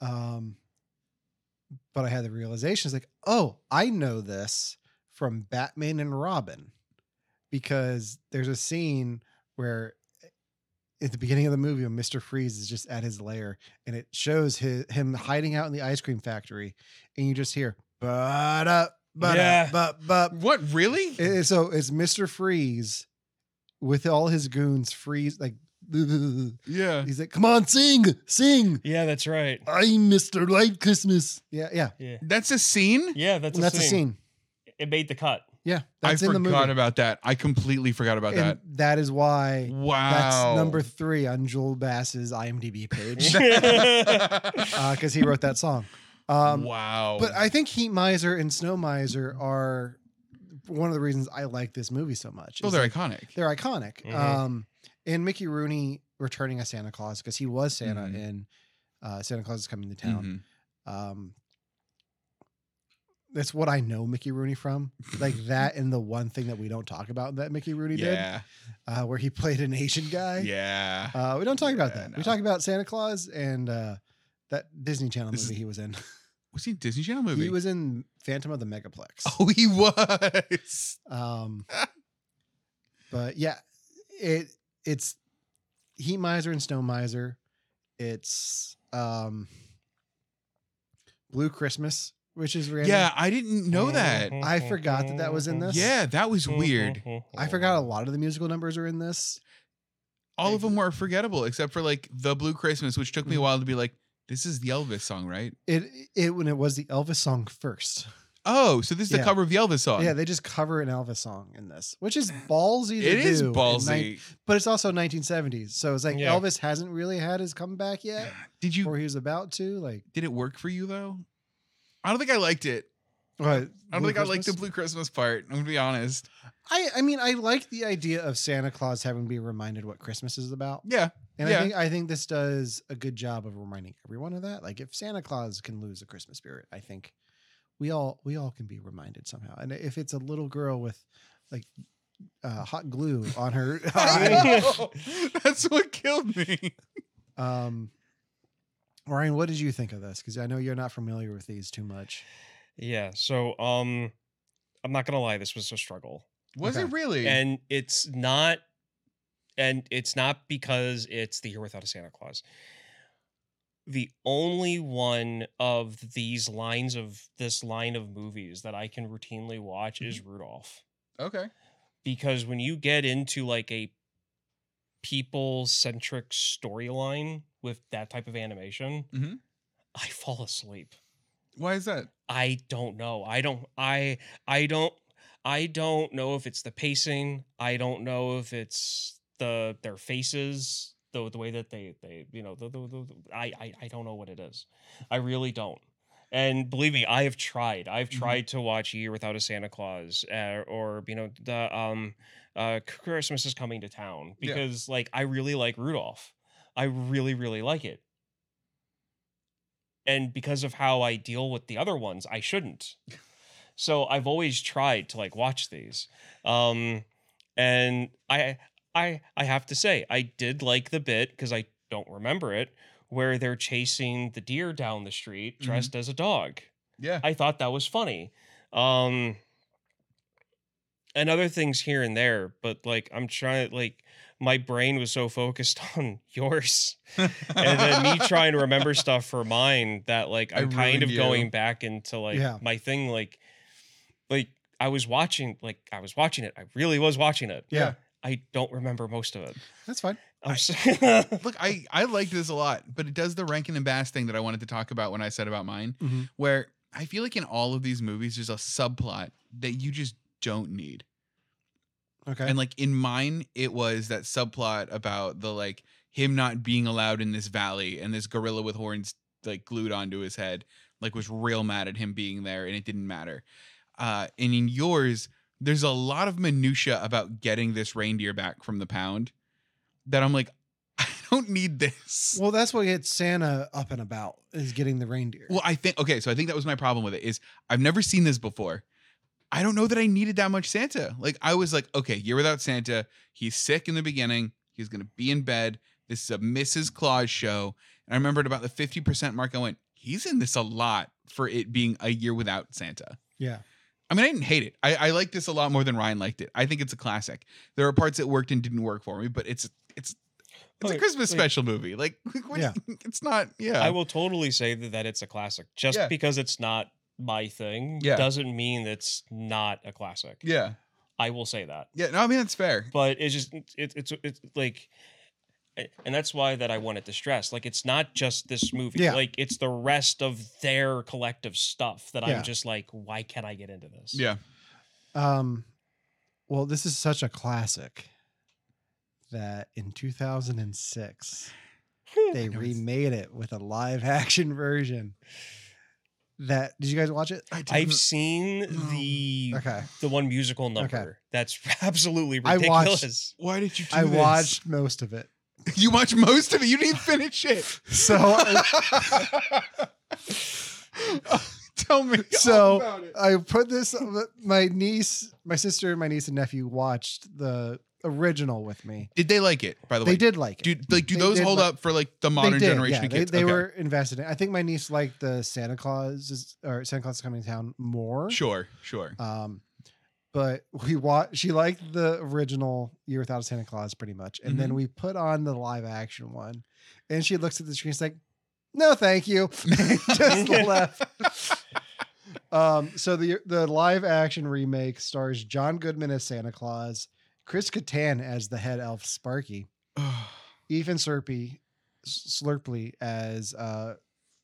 Um, but I had the realization it's like, oh, I know this from Batman and Robin because there's a scene where eh, at the beginning of the movie when Mr. Freeze is just at his lair and it shows his, him hiding out in the ice cream factory and you just hear but up but
Yeah.
up but but
What really?
it- it- so it's Mr. Freeze with all his goons freeze like <laughs> he's
yeah.
like, come on, sing, sing.
Yeah, that's right.
I'm Mr. Light Christmas. Yeah, yeah.
Yeah,
That's a scene?
yeah, that's,
And
a,
that's
scene.
a scene.
It made
<laughs>
the cut.
Yeah.
I
That's in the movie.
forgot about that. I completely forgot about
And that is
that.
why
Wow.
that's number three on Joel Bass's IMDb
<laughs>
page <laughs> because he wrote that song. Um,
wow.
But I think Heat Miser and Snow Miser are one of the reasons I like this movie so much.
Well,
is
they're
like,
iconic.
they're iconic.
Mm-hmm.
Mhm.
Um, and Mickey Rooney returning as Santa Claus because he was Santa
Mhm.
in uh, Santa Claus is Coming to Town.
Mhm.
Um, that's what I know Mickey Rooney from,
<laughs>
like that, and the one thing that we don't talk about that Mickey Rooney
Yeah.
did, uh, where he played an Asian guy.
Yeah.
Uh, we don't talk about
Yeah,
that.
no.
We talk about Santa Claus and uh, that Disney Channel
This
movie he was in.
was he a Disney Channel movie?
He was in Phantom of the Megaplex.
<laughs> Oh, he was. <laughs>
Um, but yeah, it it's Heat Miser and Snow Miser. It's um, Blue Christmas, which is random.
Yeah, I didn't know
<laughs>
that.
I forgot that that was in this.
Yeah, that was
Mm-hmm.
weird.
I forgot a lot of the musical numbers are in this.
All of them were forgettable except for like the Blue Christmas, which took me a
Mm-hmm.
while to be like, this is the Elvis song, right?
It it when it was the Elvis song first.
Oh, so this is the
Yeah.
cover of the Elvis song.
Yeah, they just cover an Elvis song in this, which is ballsy. To
Eh, it is
do in nine-
ballsy.
but it's also 1970s, so it's like
Yeah.
Elvis hasn't really had his comeback yet,
<sighs> Did you
or he was about to. Like,
did it work for you though? I don't think I liked it.
what,
I don't think I liked the Blue Christmas part. I'm gonna be honest.
I, I mean, I like the idea of Santa Claus having to be reminded what Christmas is about,
Yeah.
and
Yeah.
I think I think this does a good job of reminding everyone of that. Like, if Santa Claus can lose the Christmas spirit, I think we all we all can be reminded somehow. And if it's a little girl with like uh, hot glue on her eye,
<laughs> I know. That's what killed me.
um, Ryan, what did you think of this? Because I know you're not familiar with these too much.
Yeah. So, um, I'm not gonna lie. This was a struggle,
Was
Okay.
it really?
and it's not, and it's not because it's the year without a Santa Claus. The only one of these lines of this line of movies that I can routinely watch is Rudolph.
okay.
because when you get into like a people centric storyline with that type of animation,
Mhm.
I fall asleep.
Why is that?
I don't know. I don't I I don't I don't know if it's the pacing. I don't know if it's the their faces, the the way that they they you know the, the, the, the- I, I I don't know what it is. I really don't. And believe me, I have tried. I've
Mhm.
tried to watch Year Without a Santa Claus, uh, or you know the um, uh, Christmas is coming to town
Yeah.
because like I really like Rudolph. I really really like it. And because of how I deal with the other ones, I shouldn't. So I've always tried to like watch these. Um and I I I have to say I did like the bit because I don't remember it where they're chasing the deer down the street
Mhm.
dressed as a dog.
Yeah.
I thought that was funny. Um and other things here and there, but like I'm trying like my brain was so focused <laughs> on yours and then me trying to remember stuff for mine that like
I
I'm kind
ruined
of
you.
going back into like
Yeah.
my thing like like I was watching like I was watching it. I really was watching it.
Yeah,
Yeah.
I don't remember most of it.
<laughs> that's fine.
I'm
I-
so- <laughs>
Look, I I liked this a lot, but it does the Rankin and Bass thing that I wanted to talk about when I said about mine,
Mhm.
where I feel like in all of these movies there's a subplot that you just don't need.
Okay.
And like in mine, it was that subplot about the like him not being allowed in this valley and this gorilla with horns like glued onto his head, like was real mad at him being there and it didn't matter. Uh, and in yours, there's a lot of minutia about getting this reindeer back from the pound that I'm like, <laughs> I don't need this.
Well, that's what gets Santa up and about is getting the reindeer.
Well, I think okay, so I think that was my problem with it is I've never seen this before. I don't know that I needed that much Santa. Like I was like, okay, you're without Santa. He's sick in the beginning. He's gonna be in bed. This is a Mrs. Claus show. And I remembered about the 50% mark. I went, he's in this a lot for it being a year without Santa.
Yeah.
I mean, I didn't hate it. I, I like this a lot more than Ryan liked it. I think it's a classic. There are parts that worked and didn't work for me, but it's it's it's a
Wait,
Christmas
wait.
special movie. Like, <laughs> what-
Yeah.
it's not. Yeah,
I will totally say that, that it's a classic. Just
Yeah.
because it's not my thing
Yeah.
doesn't mean it's not a classic.
yeah,
I will say that.
yeah. No, I mean that's fair.
But it's just it, it's it's like and that's why that I wanted to stress like it's not just this movie.
Yeah.
Like it's the rest of their collective stuff that
Yeah.
I'm just like why can't I get into this?
Yeah,
Um, well, this is such a classic that in
<laughs>
2006 they
know it's-
remade it with a live <laughs> action version. That did you guys watch it?
I
I've seen
No.
the
Mm.
<laughs>
Okay,
the one musical number. That's <laughs> absolutely
I watched-
<laughs>
ridiculous. <laughs>
Why did you? Do
I
this?
watched most of it.
<laughs> You watched most of it. You didn't
<laughs>
finish it.
So
Tell me. all
<laughs> So-
about it.
I put this. My niece, my sister, my niece and nephew watched the original with me.
<laughs> did they like it? By the
They
way,
did like it.
Do like do
They
those
did
hold
like-
up for like the modern
did,
generation
yeah,
of
they-
kids?
They,
Okay.
were invested in. I think my niece liked the Santa Claus is- or Santa Claus is coming to town more.
<laughs> sure, sure.
Um, but we watched. She liked the original Year Without a Santa Claus pretty much, and then we put on the live action one, and she looks at the screen. She's like, "No, thank you." <laughs> and <laughs>
<laughs>
just left. Um, so the the live action remake stars John Goodman as Santa Claus, Chris Kattan as the head elf Sparky, Ethan Serpy, Slurpley as uh,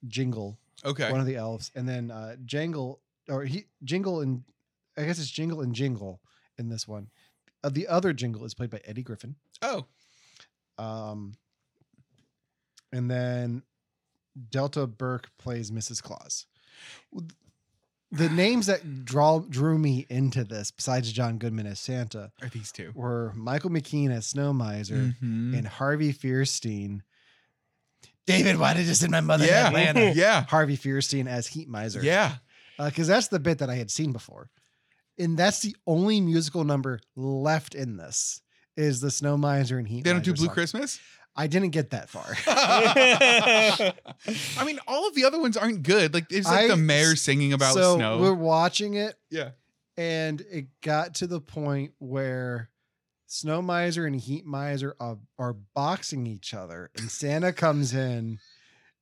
Jingle,
okay.
one of the elves, and then uh, Jangle or he Jingle and I guess it's Jingle and Jingle in this one. Uh, the other Jingle is played by Eddie Griffin.
oh,
Um, and then Delta Burke plays Mrs. Claus.
<sighs>
The names that draw drew me into this, besides John Goodman as Santa,
are these 2
were Michael McKean as Snow Miser
Mhm.
and Harvey Fierstein. David, why did you send my mother
Yeah.
to Atlanta?
<laughs> Yeah,
Harvey Fierstein as Heat Miser.
yeah.
because Uh, that's the bit that I had seen before, and that's the only musical number left in this is the Snow Miser and Heat.
They don't do
Miser
Blue
song. <laughs>
Christmas. <laughs>
I didn't get that far.
I mean, all of the other ones aren't good. Like it's like
I-
the mayor singing <laughs> about
so
snow.
we're watching it,
yeah.
and it got to the point where Snow Miser and Heat Miser are, are boxing each other, and Santa comes in.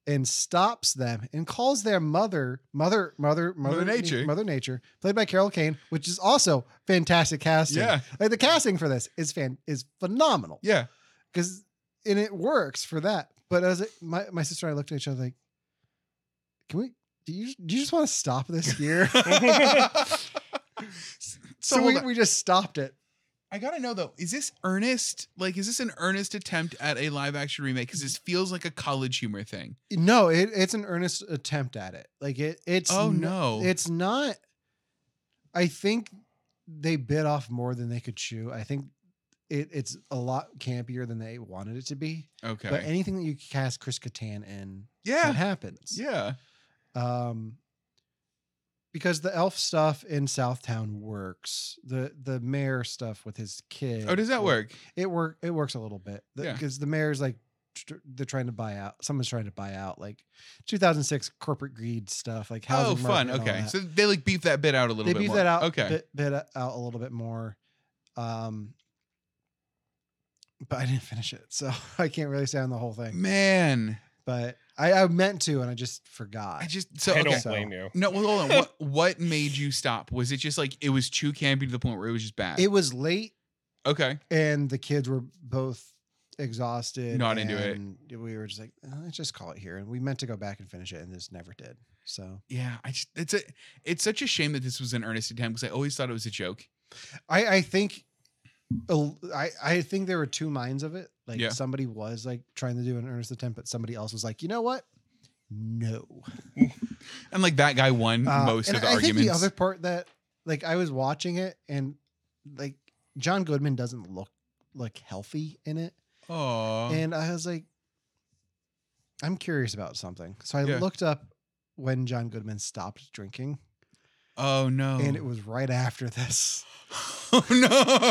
And stops them and calls their mother, mother, mother, mother,
Mother Nature.
mother nature, played by Carol Kane, which is also fantastic casting.
Yeah.
Like the casting for this is fan is phenomenal
Yeah.
because and it works for that. But as it, my my sister and I looked at each other like, can we? Do you do you just want to stop
<laughs>
this here?
so
<laughs> so
hold
we,
on.
we just stopped it.
I gotta know though, is this earnest? Like, is this an earnest attempt at a live action remake? Because this feels like a college humor thing.
No, it, it's an earnest attempt at it. Like it, it's
oh
n-
no,
it's not. I think they bit off more than they could chew. I think it, it's a lot campier than they wanted it to be.
okay,
But anything that you cast Chris Kattan in,
yeah,
that happens.
yeah,
um because the elf stuff in Southtown works. The the mayor stuff with his kid.
Oh, does that work?
It work it works a little bit.
Yeah.
Because the mayor's like tr- they're trying to buy out. Someone's trying to buy out like 2006 corporate greed stuff like housing
Oh, fun.
market and all
Okay,
that.
so they like beef that bit out a little
they
bit
beef
more.
that out
Okay,
bit, bit uh, out a little bit more. Um but I didn't finish it. So <laughs> I can't really say on the whole thing.
man,
But I, I meant to and I just forgot.
I just so
I
okay.
don't
So-
blame you.
No, well, hold
<laughs>
on. What, what made you stop? Was it just like it was too campy to the point where it was just bad?
it was late
okay,
and the kids were both exhausted
Not into it.
and we were just like "Uh, let's just call it here and we meant to go back and finish it and just never did so
yeah. I just it's a it's such a shame that this was an earnest attempt because I always thought it was a joke.
i i think a- I, I think there were two minds of it. Like
Yeah.
somebody was like trying to do an earnest attempt, but somebody else was like, you know what? No.
And like that guy won
Uh,
most
and
of the
I
arguments.
Think the other part that like I was watching it and like John Goodman doesn't look like healthy in it.
Aw.
and I was like, I'm curious about something. So I
Yeah.
looked up when John Goodman stopped drinking,
oh no.
and it was right after this.
<laughs> Oh no!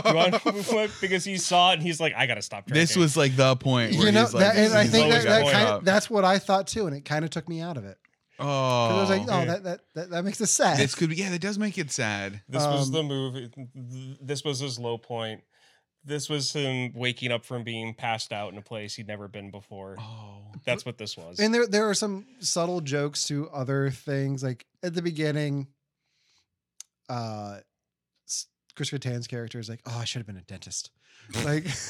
You want- <laughs> because he saw it and he's like, I gotta stop drinking.
this was like the point <laughs> where
you know,
he's like,
that, and I
"This
think that,
is
always
that
going
kind
up."
of, that's what I thought too, and it kind of took me out of it.
Oh,
I was like, oh,
okay.
that, that that that makes us sad.
this could be. Yeah, that does make
<laughs>
it sad.
This was
Um,
the movie. th- This was his low point. This was him waking up from being passed out in a place he'd never been before.
<laughs>
Oh,
That's what this was.
and there there are some subtle jokes to other things like at the beginning uh s- Christopher Tan's character is like, "Oh, I should have been a dentist." Like <laughs>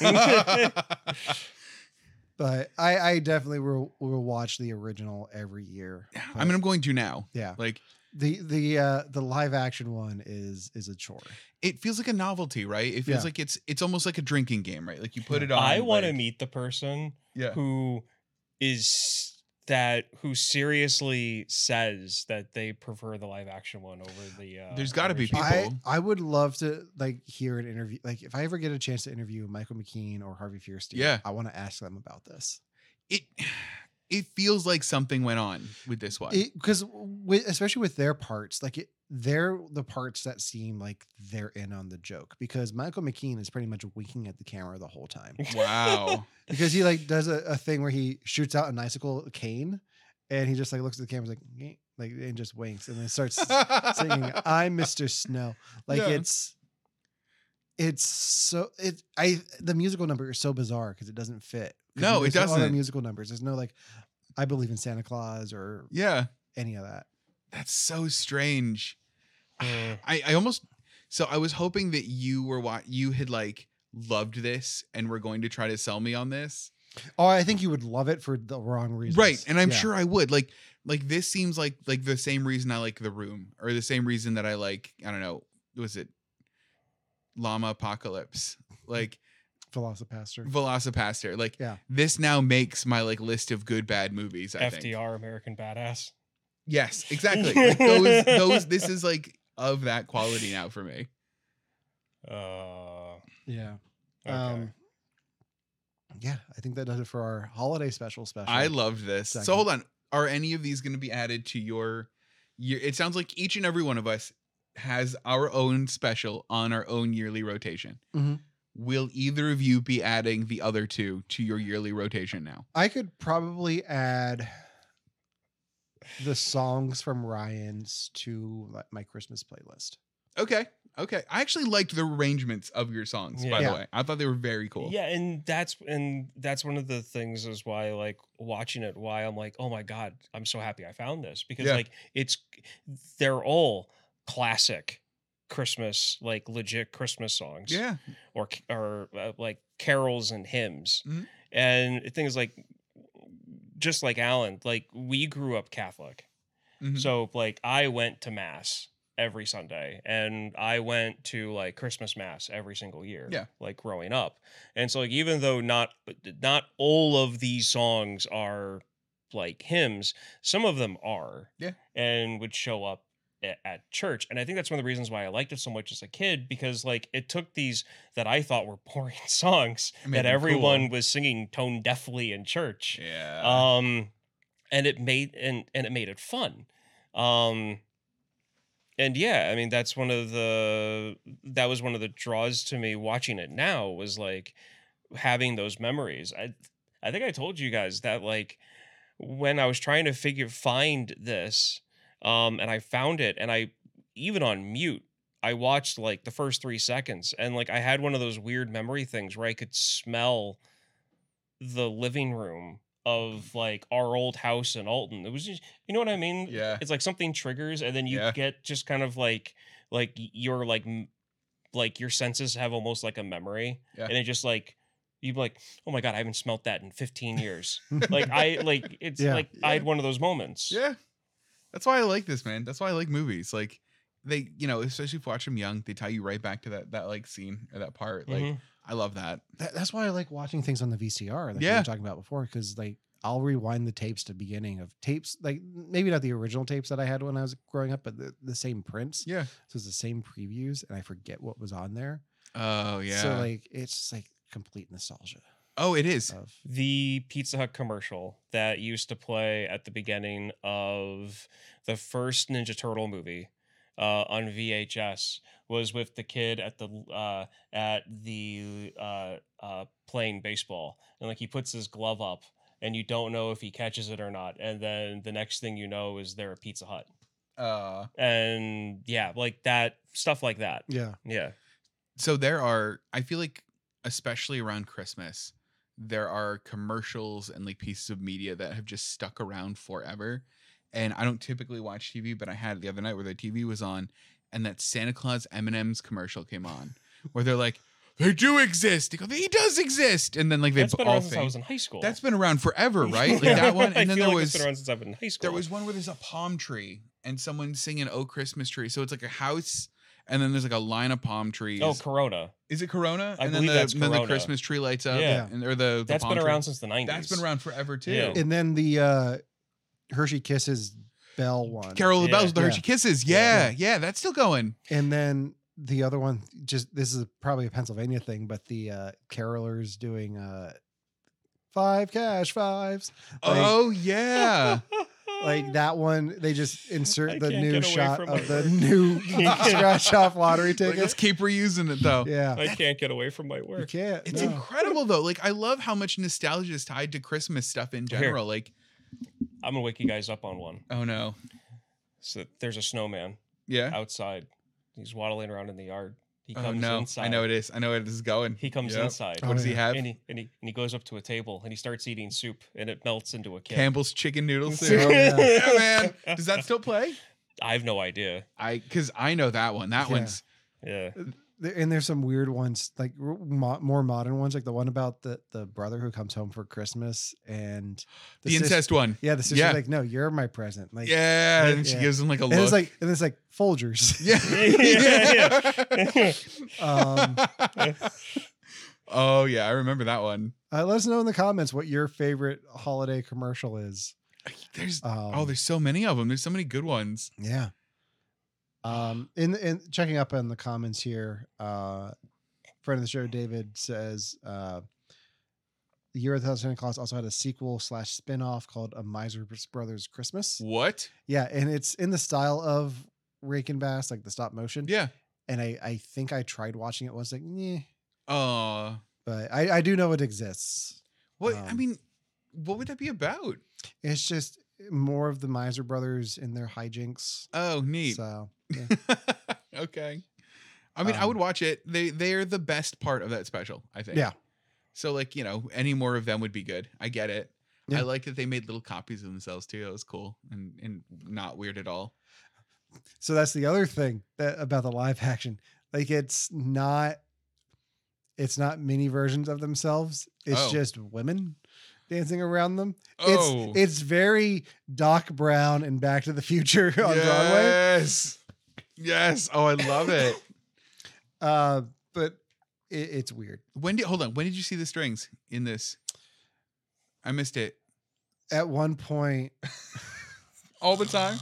but I I definitely will will watch the original every year.
I mean, I'm going to now.
Yeah.
Like,
The the uh the live action one is is a chore.
it feels like a novelty, right? It feels
Yeah.
like it's it's almost like a drinking game, right? Like you put it on.
I want to
like-
meet the person
Yeah.
who is that who seriously says that they prefer the live action one over the. Uh,
There's gotta be
original.
people-
I I would love to like hear an interview like if I ever get a chance to interview Michael McKean or Harvey Fierstein,
Yeah.
I want to ask them about this.
It it feels like something went on with this one.
because with, especially with their parts like it, they're the parts that seem like they're in on the joke because michael mckean is pretty much winking at the camera the whole time
wow.
because he like does a, a thing where he shoots out an icicle cane and he just like looks at the camera like "Nyeh," like and just winks and then starts <laughs>
<laughs>
singing i'm mr snow like
Yeah.
it's it's so it i the musical number is so bizarre because it doesn't fit 'Cause
No, it
there's other
doesn't.
musical numbers there's no like i believe in santa claus or
yeah.
any of that
That's so strange. <sighs>
Mm.
I, I almost so I was hoping that you were what you had like loved this and were going to try to sell me on this.
Oh, I think you would love it for the wrong reasons.
Right. And I'm
Yeah.
sure I would. Like like this seems like like the same reason I like the room or the same reason that I like, I don't know, was it Llama Apocalypse?
<laughs>
Like
Velocipaster.
Velocipaster. Like
Yeah.
this now makes my like list of good bad movies, I think.
FDR American Badass.
Yes,
<laughs>
exactly. Like those those this is like of that quality now for me.
Uh,
Yeah.
okay.
Um Yeah, I think that does it for our holiday special special.
I loved this. So
Second.
hold on. Are any of these going to be added to your, your? It sounds like each and every one of us has our own special on our own yearly rotation.
Mhm.
Will either of you be adding the other two to your yearly rotation now?
I could probably add the songs from Ryan's to like, my Christmas playlist.
Okay. Okay. I actually liked the arrangements of your songs, by
Yeah.
the way. I thought they were very cool.
Yeah, and that's and that's one of the things is why like watching it, why I'm like, oh my god, I'm so happy I found this because
Yeah.
like it's they're all classic Christmas like legit Christmas songs
Yeah.
or or uh, like carols and hymns
Mhm.
and things like just like Alan, like we grew up Catholic,
Mhm.
so like I went to mass every Sunday and I went to like Christmas mass every single year.
Yeah.
Like growing up. And so like even though not not all of these songs are like hymns, some of them are.
Yeah.
And would show up a- at church. And I think that's one of the reasons why I liked it so much as a kid because like it took these that I thought were boring <laughs> songs
It made
that
them
everyone
cool.
was singing tone deafly in church
Yeah.
um and it made and and it made it fun um and yeah i mean that's one of the that was one of the draws to me watching it now was like having those memories i i think i told you guys that like when i was trying to figure find this um and i found it and i even on mute i watched like the first 3 seconds and like i had one of those weird memory things where i could smell the living room of like our old house in Alton. It was just, you know what I mean?
Yeah.
It's like something triggers and then you
Yeah.
get just kind of like like your like m- like your senses have almost like a memory
Yeah.
and it just like you'd be like, "Oh my god, I haven't smelt that in
<laughs>
15 years." like I like it's
Yeah.
like
Yeah.
I had one of those moments.
Yeah. That's why I like this, man. That's why I like movies. Like they, you know, especially if you watch them young, they tie you right back to that that like scene or that part. Like
Mm-hmm.
Mhm.
I love that.
That, that's why I like watching things on the VCR like we
Yeah.
were talking about before because like I'll rewind the tapes to beginning of tapes like maybe not the original tapes that I had when I was growing up, but the, the same prints.
Yeah.
So it's the same previews, and I forget what was on there.
Oh yeah.
So like it's just like complete nostalgia
oh, it is.
of
The Pizza Hut commercial that used to play at the beginning of the first Ninja Turtle movie uh, on VHS was with the kid at the uh, at the uh, uh, playing baseball, and like he puts his glove up. and you don't know if he catches it or not. And then the next thing you know is they're a Pizza Hut.
Uh,
And yeah, like that stuff like that.
Yeah.
Yeah.
so there are i feel like especially around christmas there are commercials and like pieces of media that have just stuck around forever and i don't typically watch tv but i had it the other night where the tv was on and that santa claus m&ms commercial came on where they're like they do exist they go, he does exist and then like they
That's
have
been
all
around since I
think
was in high school.
that's been around forever
<laughs>
right like
Yeah.
that one
I
and then
feel
there
like
was
it's been around since I've been in high school.
there was one where there's a palm tree and someone's singing oh christmas tree so it's like a house and then there's like a line of palm trees
oh Corona.
is it Corona?
I
and then
believe
the,
that's
and then the
Corona.
Christmas tree lights up.
Yeah.
And, or the, the
That's
palm
been
tree.
around since the nineties.
That's been
<laughs>
around forever too.
Yeah.
And then the uh Hershey Kisses Bell one.
Carol of the
Yeah.
Bells, the
Yeah.
Hershey Kisses. Yeah,
Yeah.
yeah. That's still going.
And then the other one, just this is probably a Pennsylvania thing, but the uh carolers doing uh five cash fives. Like,
<laughs>
oh yeah.
like that one, they just
I
insert the
can't
new
get away
shot
from
of
my
the
<laughs>
work.
new <laughs> scratch off lottery
Like, let's
tickets.
keep reusing it though.
Yeah.
I can't get away from my
You
<laughs>
work.
can't.
It's
no.
incredible though. Like I love how much nostalgia is tied to Christmas stuff in
Here.
general. Like,
I'm gonna wake you guys up on one.
oh no.
So there's a snowman
Yeah.
outside. He's waddling around in the yard. He
Oh
comes
no.
inside.
I know it is. I know it is going.
He comes
Yep.
inside.
What does he
Oh,
have?
And he, and, he, and he goes up to a table and he starts eating soup and it melts into a kid.
Campbell's chicken noodle
<laughs>
Soup.
soup. Oh, <laughs> yeah, man. Does that still play?
I have no idea.
I because I know that one. That
Yeah.
one's <laughs>
Yeah. <laughs>
There- and there's some weird ones like r- mo- more modern ones like the one about the the brother who comes home for christmas
<gasps>
and
the,
sis-
incest one.
yeah the sister's
Yeah.
like no you're my present like
Yeah, and she
Yeah.
gives him like a
and
look.
it's like and it's like folgers
<laughs>
<laughs>
yeah.
Yeah,
um
<laughs> oh yeah, I remember that one.
uh, let us know in the comments what your favorite holiday commercial is
There's
um,
oh, there's so many of them. There's so many good ones.
yeah um in in checking up on the comments here uh friend of the show david says uh the year of the Santa Claus also had a sequel slash spin-off called A Miser's Brothers Christmas.
What?
Yeah, and it's in the style of Rake and Bass, like the stop motion.
Yeah.
And I, I think I tried watching it once, like, yeah,
Oh,
but I, I do know it exists.
what? I
Um,
mean, what would that be about?
It's just more of the Miser brothers in their hijinks.
Oh, neat.
So yeah.
<laughs> okay. I mean, I
Um,
would watch it. They they are the best part of that special. I think.
Yeah.
So like you know, any more of them would be good. I get it.
Yeah.
I like that they made little copies of themselves too. That was cool and and not weird at all.
so that's the other thing that about the live action. Like it's not it's not mini versions of themselves. It's
Oh.
just women dancing around them.
Oh,
It's it's very Doc Brown and Back to the Future <laughs> on Broadway.
yes. Yes. Oh, I <laughs> love it.
Uh, but it, it's weird.
When did hold on? When did you see the strings in this? I missed it
At one point,
all the <laughs> time.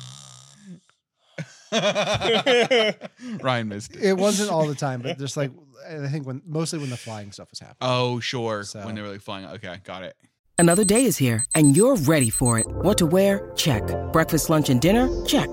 Ryan missed it.
it wasn't all the time,
<laughs>
but just like I think when mostly when the flying stuff was happening.
Oh, sure.
So-
When they were like flying. Okay, got it.
Another day is here, and you're ready for it. What to wear? Check. Breakfast, lunch, and dinner? Check.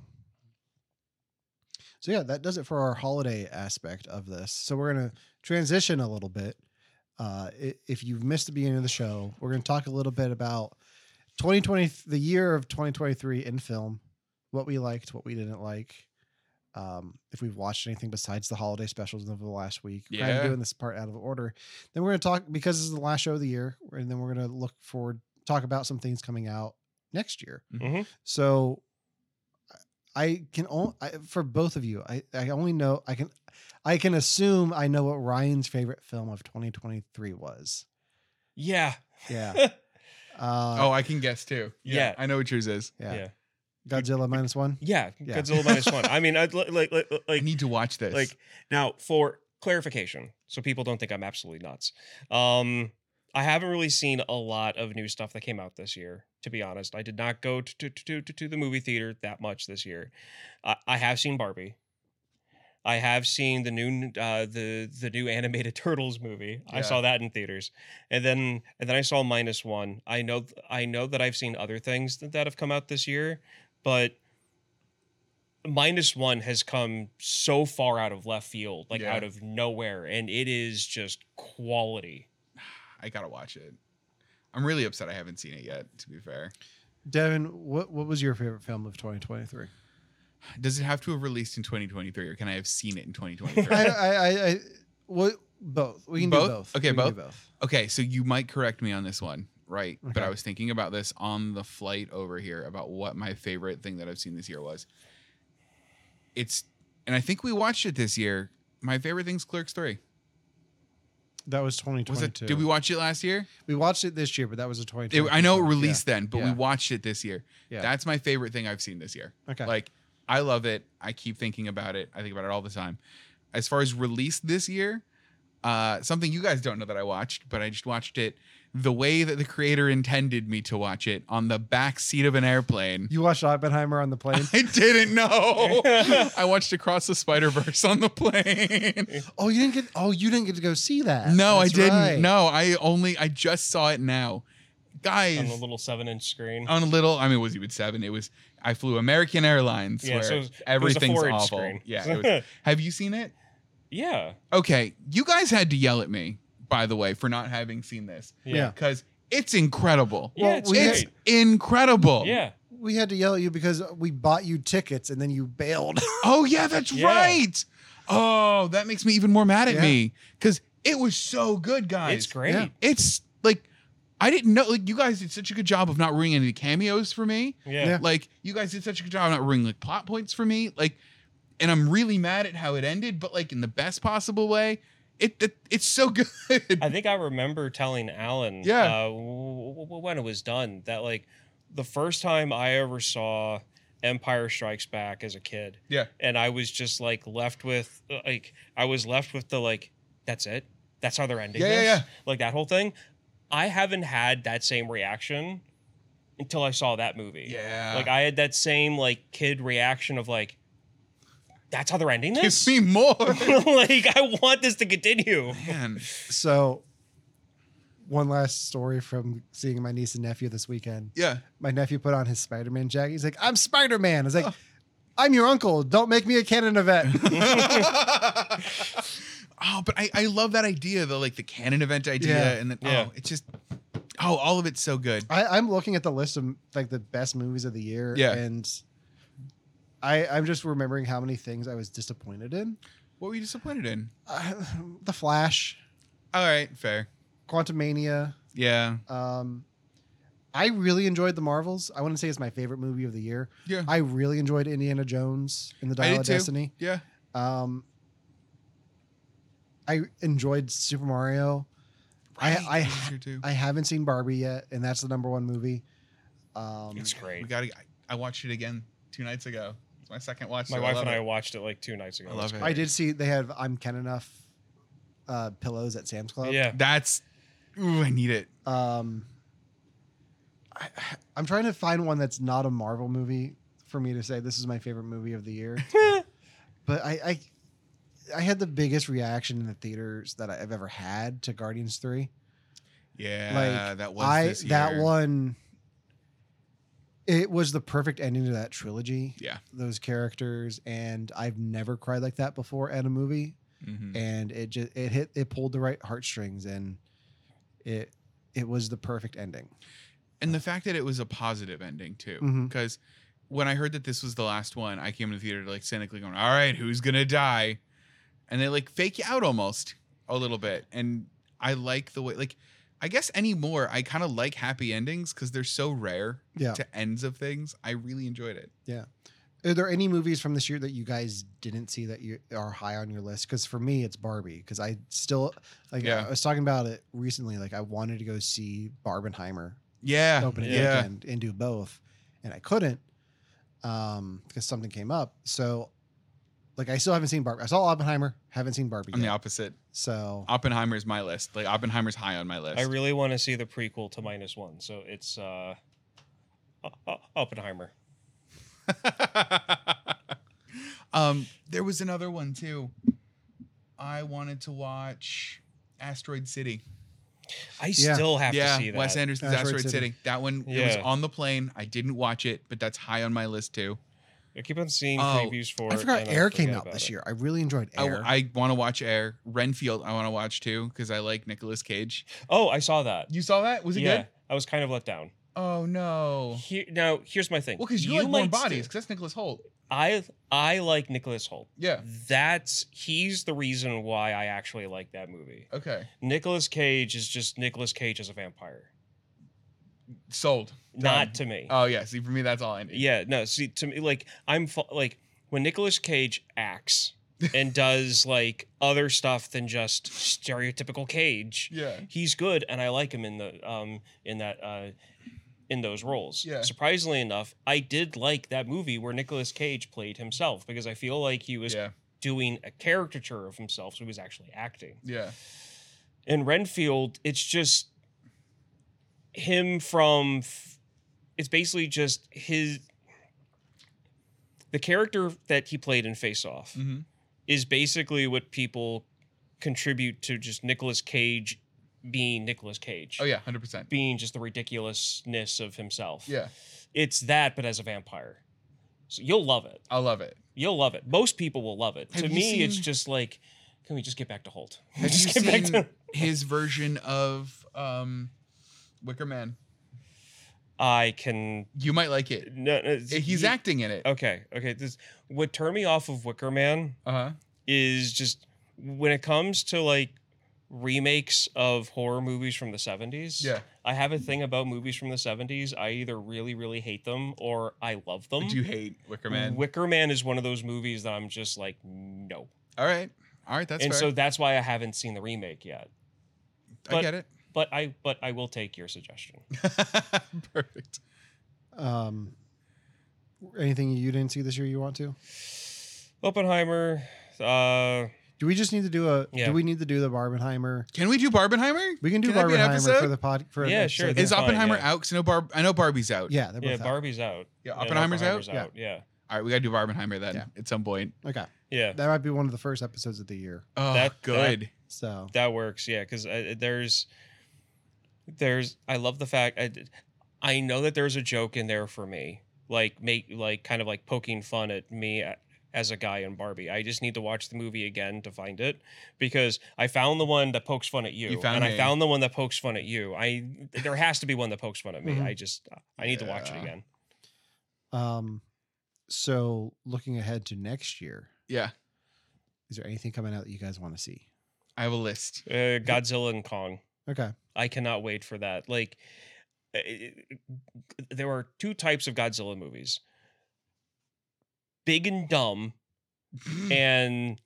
so yeah, that does it for our holiday aspect of this. So we're gonna transition a little bit. Uh, i- if you've missed the beginning of the show, we're gonna talk a little bit about 2020, the year of 2023 in film, what we liked, what we didn't like. Um, if we've watched anything besides the holiday specials over the last week, we're kind
Yeah.
of doing this part out of order. Then we're gonna talk because this is the last show of the year, and then we're gonna look forward, talk about some things coming out next year.
Mhm.
So I can only for both of you. I I only know I can I can assume I know what Ryan's favorite film of 2023 was.
yeah.
Yeah. <laughs>
yeah.
Uh,
oh, I can guess too.
Yeah.
I know what yours is.
yeah.
Yeah.
Godzilla minus one. Yeah.
Godzilla minus one. I mean, I'd li- like, like,
I
like,
need to watch this.
like now for clarification, so people don't think I'm absolutely nuts. Um, I haven't really seen a lot of new stuff that came out this year. To be honest, I did not go to to to, to, to the movie theater that much this year. I, I have seen Barbie. I have seen the new uh, the the new animated <laughs> Turtles movie. I
Yeah.
saw that in theaters, and then and then I saw minus one. I know I know that I've seen other things that, that have come out this year, but minus one has come so far out of left field, like
Yeah.
out of nowhere, and it is just quality.
I gotta watch it. I'm really upset I haven't seen it yet. To be fair,
Devin, what what was your favorite film of 2023?
does it have to have released in 2023, or can I have seen it in
I,
2023?
I, I, I what both? We can
Both?
do both.
Okay,
We can do
both? okay, so you might correct me on this one, right? But
Okay.
I was thinking about this on the flight over here about what my favorite thing that I've seen this year was. It's, and I think we watched it this year. My favorite thing's Clerks Three.
That was
Was
2022.
it? Did we watch it last year?
We watched it this year, but that was a
It,
2022.
I know it
film.
released then, but we
Yeah.
watched it this year.
Yeah.
That's my favorite thing I've seen this year.
Yeah. Okay.
Like I love it. I keep thinking about it. I think about it all the time. As far as release this year, uh, something you guys don't know that I watched, but I just watched it the way that the creator intended me to watch it on the back seat of an airplane. <laughs>
you watched Oppenheimer on the plane.
I
<laughs>
didn't know. I watched Across the Spider Verse on the plane.
oh, you didn't get. Oh, you didn't get to go see that.
No, I
That's
didn't.
right.
No, I only I just saw it now, guys.
on the little seven inch screen.
on a little. I mean, was even seven. It was. I flew American Airlines.
Yeah,
where
so it was- it was a
everything's
four-inch
awful.
screen. <laughs>
Yeah. It was, have you seen it?
yeah.
Okay, you guys had to yell at me, by the way, for not having seen this
Yeah.
because it's incredible.
Yeah, it's
we had-
It's
great.
incredible.
Yeah.
We had to yell at you because we bought you tickets and then you bailed. <laughs>
Oh yeah, that's
Yeah.
right. Oh, that makes me even more mad at
Yeah.
me because it was so good, guys.
It's great.
Yeah.
It's like I didn't know. Like you guys did such a good job of not ruining any cameos for me.
Yeah.
Yeah.
Like you guys did such a good job of not ruining like plot points for me. Like, and I'm really mad at how it ended, but like in the best possible way. It, it it's so <laughs> good.
I think I remember telling Alan
Yeah.
uh, w- w- when it was done that like the first time I ever saw Empire Strikes Back as a kid
yeah.
and I was just like left with uh, like I was left with the like that's it. That's how they're ending
Yeah, yeah,
this.
yeah.
Like that whole thing. I haven't had that same reaction until I saw that movie.
Yeah.
Like I had that same like kid reaction of like that's how they're ending
Give
this? <laughs>
me more.
like I want this to continue.
Man.
so, one last story from seeing my niece and nephew this weekend.
Yeah.
My nephew put on his Spider Man jacket. He's like, "I'm Spider Man." I was like, "I'm your uncle. Don't make me a Canada vet."
Oh, but I, I love that idea, the like the canon event idea.
Yeah.
And then
Yeah.
oh, it's just oh, all of it's so good.
<laughs> I, I'm looking at the list of like the best movies of the year.
Yeah.
and I I'm just remembering how many things I was disappointed in.
What were you disappointed in?
Uh, the Flash,
All right, fair.
Quantum Mania.
Yeah.
Um, I really enjoyed the Marvels. I wouldn't say it's my favorite movie of the year.
Yeah.
I really enjoyed Indiana Jones and the
I
Dial of Destiny.
Yeah.
Um, I enjoyed Super Mario. I-
Right,
I
these
ha-
are too.
I haven't seen Barbie yet, and that's the number one movie. Um,
It's
we
great.
gotta I, I watched it again two nights ago. It's my second watch.
My
so
wife
I love
and I
it.
watched it like two nights ago.
I love it.
I did see they have I'm Ken Enough uh, pillows at Sam's Club.
Yeah.
That's ooh, I need it.
Um, I, <sighs> I'm trying to find one that's not a Marvel movie for me to say this is my favorite movie of the year. but I, I, I had the biggest reaction in the theaters that I've ever had to Guardians Three.
Yeah,
like
that was
I
this
that
year.
one. It was the perfect ending to that trilogy.
Yeah.
those characters, and I've never cried like that before at a movie
Mhm.
and it just it hit it pulled the right heartstrings and it it was the perfect ending
and the fact that it was a positive ending too
Mhm.
because when i heard that this was the last one i came to the theater like cynically going all right who's gonna die and they like fake you out almost a little bit and i like the way like i guess anymore i kind of like happy endings because they're so rare
yeah
to ends of things i really enjoyed it
are there any movies from this year that you guys didn't see that you are high on your list because for me it's barbie because i still like
Yeah.
i was talking about it recently like i wanted to go see barbenheimer
yeah
opening
yeah
weekend and do both and i couldn't um because something came up so Like I still haven't seen Barbie. I saw Oppenheimer, haven't seen Barbie.
I'm the
yet.
opposite.
So
Oppenheimer is my list. Like Oppenheimer's high on my list.
I really want to see the prequel to Minus One. So it's uh, O- O- Oppenheimer.
<laughs> um, there was another one too. I wanted to watch Asteroid City.
I
Yeah.
still have
yeah,
to see that.
Wes Anderson's Asteroid,
Asteroid
City.
City.
That one it was
Yeah.
on the plane. I didn't watch it, but that's high on my list too.
I keep on seeing
Oh,
previews for.
I
it,
forgot
and
Air
forget
came out
about
this
it.
year. I really enjoyed Air.
I, want to watch Air. Renfield, I want to watch too because I like Nicolas Cage.
Oh, I saw that.
You saw that? Was it
yeah,
good?
I was kind of let down.
Oh no.
Here, now, here's my thing.
Well, because you, like
might
Warm Bodies
still-
because that's Nicholas Holt.
I I like Nicholas Holt.
Yeah.
That's he's the reason why I actually like that movie.
Okay.
Nicolas Cage is just Nicolas Cage as a vampire.
Sold.
Not
Done.
to me.
Oh yeah. See, for me, that's all I need.
yeah, no, see to me like I'm fu- like when Nicolas Cage acts
<laughs>
and does like other stuff than just stereotypical Cage.
Yeah.
he's good and I like him in the um in that uh in those roles.
Yeah.
Surprisingly enough, I did like that movie where Nicolas Cage played himself because I feel like he was
Yeah.
doing a caricature of himself, so he was actually acting.
Yeah.
In Renfield, it's just him from f- it's basically just his the character that he played in Face Off
hmm
is basically what people contribute to just Nicolas Cage being Nicolas Cage.
Oh yeah. Hundred percent.
Being just the ridiculousness of himself.
Yeah.
It's that, but as a vampire. So you'll love it.
I love it.
You'll love it. Most people will love it.
Have
to
you
me, it's
seen-
just like, can we just get back to Holt?
Have
<laughs> just
you seen his version of um, Wicker Man?
I can.
You might like it.
No, no,
He's
you-
acting in it.
Eh, Okay. Okay. This what turned me off of Wicker Man
Uh huh.
is just when it comes to like remakes of horror movies from the 70s.
Yeah.
I have a thing about movies from the 70s. I either really, really hate them or I love them.
Do you hate Wicker Man?
Wicker Man is one of those movies that I'm just like, no.
all right. All right. That's
and
fair.
so that's why I haven't seen the remake yet.
I
but-
get it.
But I but I will take your suggestion.
<laughs> Perfect.
um, anything you didn't see this year you want to?
Oppenheimer, uh
Do we just need to do a?
Yeah.
Do we need to do the Barbenheimer?
Can we do Barbenheimer?
We can do
that be an
Barbenheimer for
episode?
the pod. For
Yeah,
an
sure,
episode.
that's
Is
fine,
Oppenheimer
yeah.
out? 'Cause I know Barb. I know Barbie's out.
yeah, they're both
yeah,
out.
Barbie's out.
Yeah.
And
Oppenheimer's,
Oppenheimer's
out.
Yeah.
out. Yeah.
All right. We gotta do Barbenheimer then
Yeah.
at some point.
Okay,
Yeah.
that might be one of the first episodes of the year.
Oh,
That- that-
good.
So
that works yeah because there's there's i love the fact I, did- I know that there's a joke in there for me like make like kind of like poking fun at me a- as a guy in barbie i just need to watch the movie again to find it because i found the one that pokes fun at you,
You found
and
me.
i found the one that pokes fun at you i there has to be one that pokes fun at me
Mhm.
i just i need to watch it
Mm-hmm. Yeah.
again
Um, so looking ahead to next year,
Yeah.
is there anything coming out that you guys want to see?
I have a list.
uh, godzilla and kong
Okay,
I cannot wait for that. Like, uh, there are two types of Godzilla movies big and dumb,
Hmm.
and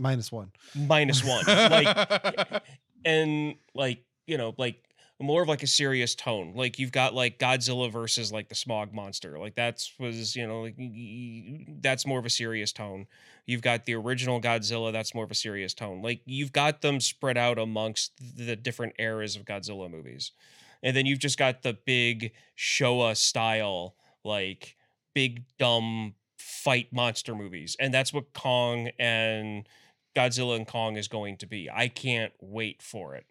minus one.
minus
<laughs>
one. Like, and like, you know, like more of like a serious tone. Like, you've got like Godzilla versus like the smog monster. Like, that's was, you know, like y- y- that's more of a serious tone. You've got the original Godzilla, that's more of a serious tone. Like, you've got them spread out amongst the different eras of Godzilla movies. and then you've just got the big Showa style, like big dumb fight monster movies, and that's what Kong and Godzilla and Kong is going to be. I can't wait for it.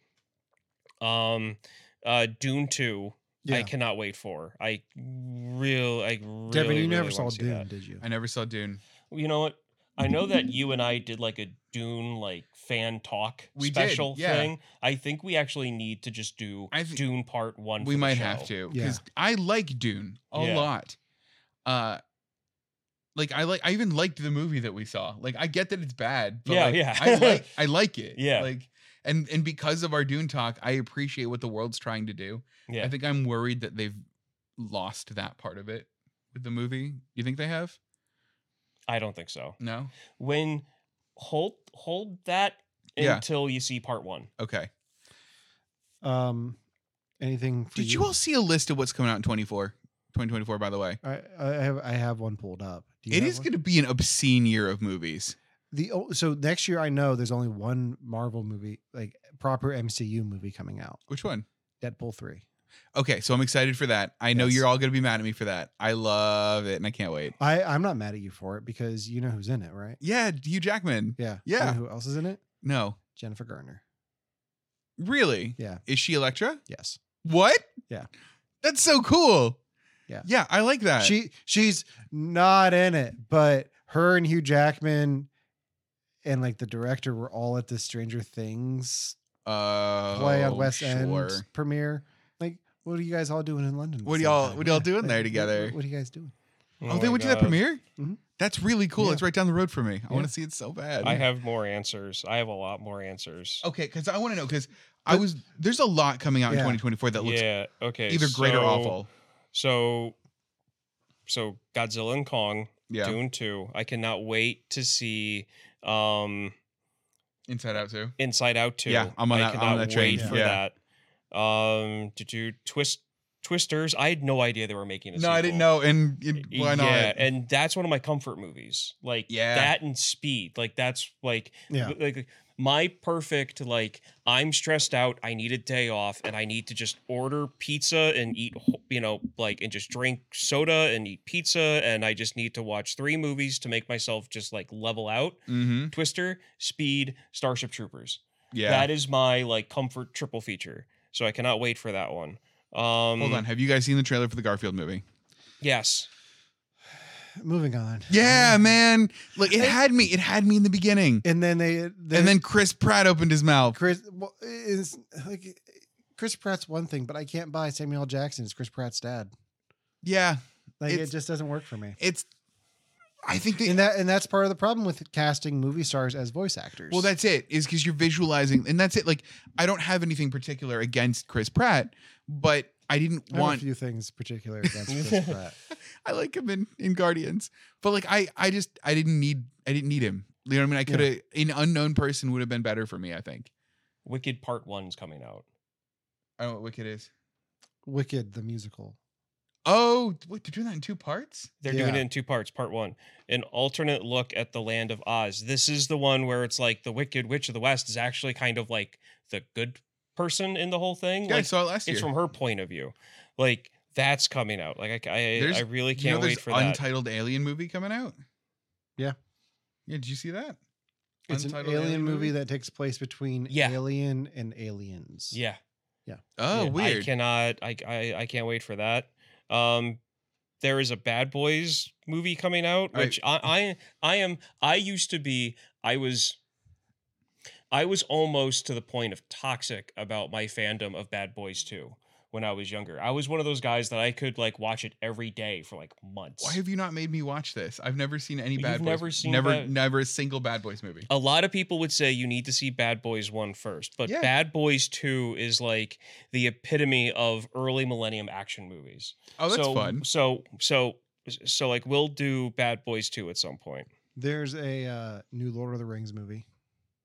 Um, uh, Dune Two, I
Yeah,
cannot wait for. I real, I really,
Devin, you never
really
saw
wanna see
Dune,
that.
did you?
I never saw Dune.
You know what? I
<laughs>
know that you and I did like a Dune like fan talk
We did,
special
yeah.
thing. I think we actually need to just do
I thi-
Dune Part One. for
we
the
might have
show.
to
Yeah.
because I like Dune a
Yeah.
lot. Uh, like I like I even liked the movie that we saw. Like I get that it's bad, but
Yeah,
like,
yeah. <laughs>
I like I like it.
Yeah.
like and and because of our Dune talk, I appreciate what the world's trying to do.
Yeah.
I think I'm worried that they've lost that part of it with the movie. You think they have?
I don't think so.
No.
When hold hold that
Yeah.
until you see part one.
Okay.
Um, anything? For
Did you all see a list of what's coming out in 24? 2024, by the way.
I, I have I have one pulled up. Do
It
have
is
one?
going to be an obscene year of movies.
the o- so next year I know there's only one Marvel movie like proper MCU movie coming out.
Which one?
Deadpool three.
Okay, so I'm excited for that. I know
Yes.
you're all going to be mad at me for that. I love it and I can't wait.
I I'm not mad at you for it because you know who's in it, right?
Yeah, Hugh Jackman.
Yeah.
Yeah.
You know who else is in it?
No,
Jennifer Garner.
really?
Yeah.
Is she Electra?
Yes.
What?
Yeah.
That's so cool.
Yeah.
Yeah, I like that.
She she's not in it, but her and Hugh Jackman and like the director were all at the Stranger Things
uh,
play on West End premiere. Like, what are you guys all doing in London? at the
What are
same
y'all-
time?
what are
<laughs>
y'all
Yeah,
doing there
what-
together?
What, are you guys doing?
Oh, they
my
would do that
God.
premiere?
Mhm.
That's really cool.
Yeah.
It's right down the road for me. I
Yeah.
want to see it so bad.
uh, I have more answers. I have a lot more answers.
Okay, because I want to know because I
But-
was there's a lot coming out in
Yeah.
2024 that looks
yeah. Okay.
either great or
so-
awful.
So, so Godzilla and Kong,
Yeah,
Dune Two. I cannot wait to see um
Inside Out too.
Inside Out Two.
Yeah, I'm on
I
that- I'm
cannot
on that train.
wait for
Yeah.
that. Um, did you twist Twisters? I had no idea they were making a
No, I didn't
sequel.
know. And, and why not?
Yeah, and that's one of my comfort movies. Like
Yeah.
that and Speed. Like that's like
Yeah.
like my perfect like I'm stressed out, I need a day off and I need to just order pizza and eat wh- you know like and just drink soda and eat pizza and I just need to watch 3 movies to make myself just like level out.
mm-hmm.
Twister, Speed, Starship Troopers.
Yeah.
That is my like comfort triple feature. So I cannot wait for that one. Um
Hold on. Have you guys seen the trailer for the Garfield movie?
Yes.
Moving on. Um,
Yeah, man. Look, it had me. It had me in the beginning.
And then they, they
and then Chris Pratt opened his mouth.
Chris well, is like Chris Pratt's one thing, but I can't buy Samuel L. Jackson as Chris Pratt's dad.
Yeah,
Like
It's-
it just doesn't work for me.
it's. I think they,
And that and that's part of the problem with casting movie stars as voice actors.
Well, that's it. Is because you're visualizing, and that's it. Like I don't have anything particular against Chris Pratt, but I didn't
I have
want.
a few things particular against Chris Pratt.
I like him in in Guardians, but like I I just I didn't need I didn't need him. You know what I mean? I could have an unknown person would have been better for me. I think.
Wicked Part One's coming out.
I don't know what Wicked is.
Wicked the musical.
Oh, wait, they're doing that in two parts.
They're doing
Yeah.
it in two parts. Part one, an alternate look at the land of Oz. This is the one where it's like the Wicked Witch of the West is actually kind of like the good person in the whole thing.
Yeah, I
like,
saw it last year.
it's from her point of view. Like that's coming out. Like I, I,
There's-
I really
you know,
can't
there's
wait for that.
Untitled Alien movie coming out.
Yeah.
Yeah. Did you see that?
It's an
Untitled
alien, movie, that takes place between
Yeah.
Alien and Aliens.
Yeah.
Oh,
yeah,
weird.
I cannot. I, I I can't wait for that. Um, there is a Bad Boys movie coming out,
I-
which I I, I am. I used to be. I was. I was almost to the point of toxic about my fandom of Bad Boys 2 when I was younger. I was one of those guys that I could like watch it every day for like months.
Why have you not made me watch this? I've never seen any
You've
Bad Boys.
never seen
never,
Bad-
never a single Bad Boys movie.
a lot of people would say you need to see Bad Boys 1 first, but
Yeah.
Bad Boys 2 is like the epitome of early millennium action movies.
Oh, that's
so,
fun.
So so so like we'll do Bad Boys 2 at some point.
There's a uh, new Lord of the Rings movie.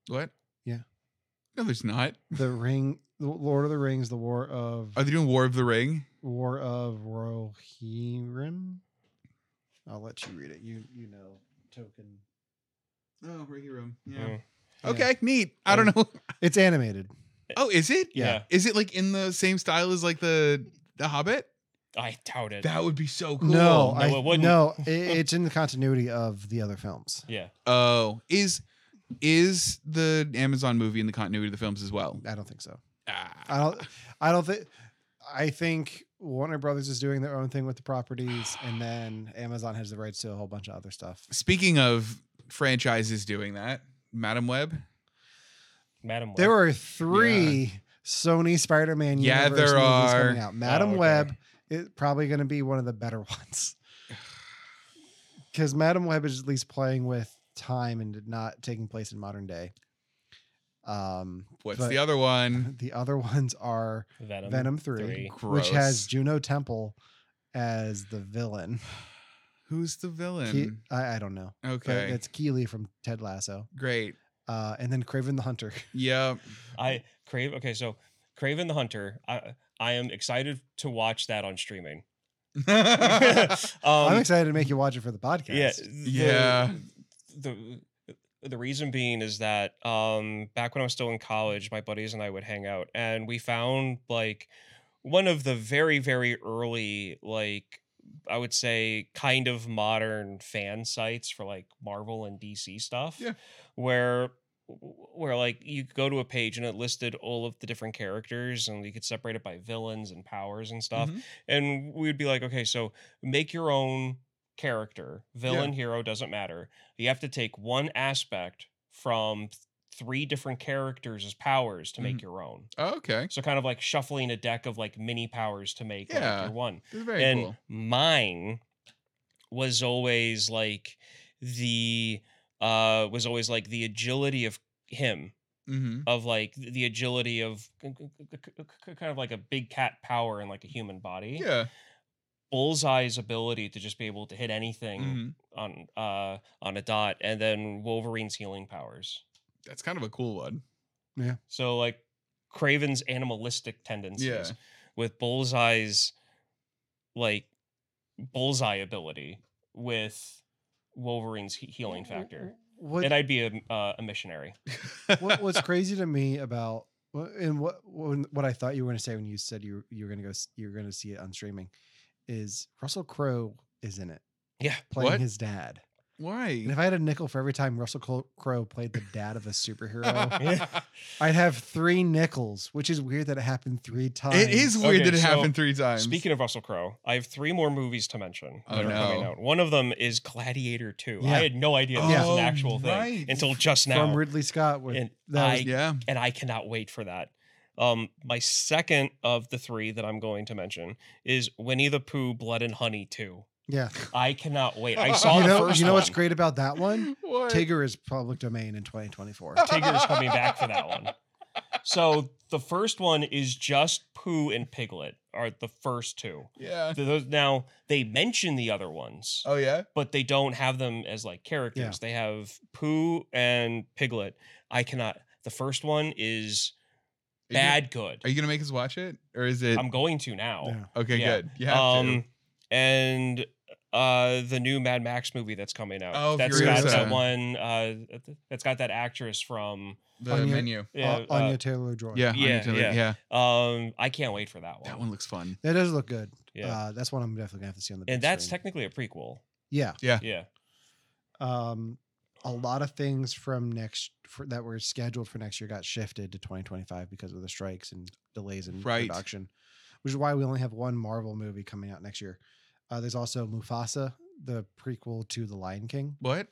What?
Yeah.
No, there's not.
The Ring, the Lord of the Rings, the War of
Are they doing War of the Ring?
War of Rohirrim. I'll let you read it. You you know token.
Oh, Ring Room.
Mm.
Yeah.
Okay, neat. I don't
<laughs>
know.
It's animated.
Oh, is it?
Yeah.
Is it like in the same style as like the the Hobbit?
I doubt it.
That would be so cool.
No,
No,
I,
it wouldn't.
no, i- it's in the continuity of the other films.
yeah.
Oh, is is the Amazon movie in the continuity of the films as well?
I don't think so.
Ah.
I don't. I don't think. I think Warner Brothers is doing their own thing with the properties, and then Amazon has the rights to a whole bunch of other stuff.
Speaking of franchises doing that, Madam Web.
Madam
There
Web.
are three Sony Spider-Man
Yeah,
universe
there
movies coming
are. Oh,
out. Madam
okay.
Web is probably going to be one of the better <laughs> ones because Madam Web is at least playing with time and not taking place in modern day. Um,
What's
But-
the
<laughs>
other one?
the other ones are
Venom.
Venom Three,
Gross.
which has Juno Temple as the villain.
Who's the villain?
Ke- I, I don't know. But
okay.
That's Keeley from Ted Lasso,
Great.
uh, and then Craven the Hunter.
<laughs>
Yeah.
I
<laughs>
crave okay, so Craven the Hunter. I I am excited to watch that on streaming. <laughs>
yeah.
I'm
um,
excited to make you watch it for the podcast.
yeah,
Yeah.
The, the the reason being is that um back when I was still in college, my buddies and I would hang out and we found like one of the very very early like I would say kind of modern fan sites for like Marvel and DC stuff
Yeah.
where where like you could go to a page and it listed all of the different characters and you could separate it by villains and powers and stuff
Mhm.
and we'd be like, okay, so make your own character, villain, hero, doesn't matter. You have to take one aspect from th- three different characters as powers to make
Mhm.
your own.
Oh, okay.
So kind of like shuffling a deck of like mini powers to make like,
Yeah.
your one.
This is very
and
cool.
mine was always like the uh was always like the agility of him
Mm-hmm.
of like the agility of k- k- k- k- k- kind of like a big cat power in like a human body
Yeah.
Bullseye's ability to just be able to hit anything
Mhm.
Mm-hmm.
on uh on a dot, and then Wolverine's healing powers.
That's kind of a cool one.
So like Craven's animalistic tendencies
Yeah.
with Bullseye's like Bullseye ability with Wolverine's he- healing factor.
What,
and I'd be a uh, a missionary.
what
<laughs>
what's crazy to me about wha- and what when, what I thought you were going to say when you said you were- you were going to go s- you're going to see it on streaming is Russell Crowe is in it
Yeah.
playing
What?
his dad. And
Why?
if I had a nickel for every time Russell Col- Crowe played the dad of a <laughs>
<laughs>
<laughs>
superhero,
it
I'd have three nickels, which is weird that it happened three times.
is weird
Okay,
that it
so
happened three times.
Speaking of Russell Crowe, I have three more movies to mention
Oh,
that are coming
no.
out. One of them is Gladiator 2.
Yeah.
I had no idea this was
Oh,
an actual
right.
thing until just now.
from Ridley Scott. With
and
that was-
I
yeah.
and I cannot wait for that. Um, my second of the three that I'm going to mention is Winnie the Pooh, Blood and Honey 2.
yeah,
I cannot wait. I saw
you
the
know
first
you know
one.
what's great about that
<laughs>
one?
What?
Tigger is public domain in 2024.
Tigger is coming back for that one. So the first one is just Pooh and Piglet are the first two.
yeah.
Th- those- Now they mention the other ones.
Uh,
Oh yeah.
but they don't have them as like characters. They have Pooh and Piglet. I cannot. The first one is
Are you gonna-
bad good.
are you gonna make us watch it, or is it?
I'm going to now.
Yeah.
okay,
yeah.
good. You have to.
Um, and uh, the new Mad Max movie that's coming out.
Oh,
that's got
Furiosa.
that one. Uh, that's got that actress from.
The
On your-
menu.
Yeah,
on
uh,
your Taylor Joy.
Yeah, on your
yeah,
tele- yeah.
yeah. um, I can't wait for that one.
That one looks fun.
That does look good.
Yeah.
Uh, that's one I'm definitely gonna have to see on the. big
and that's
screen.
technically a prequel.
yeah.
Yeah.
Um, a lot of things from next for, that were scheduled for next year got shifted to 2025 because of the strikes and delays in
Right.
production, which is why we only have one Marvel movie coming out next year. Uh, there's also Mufasa, the prequel to The Lion King.
What?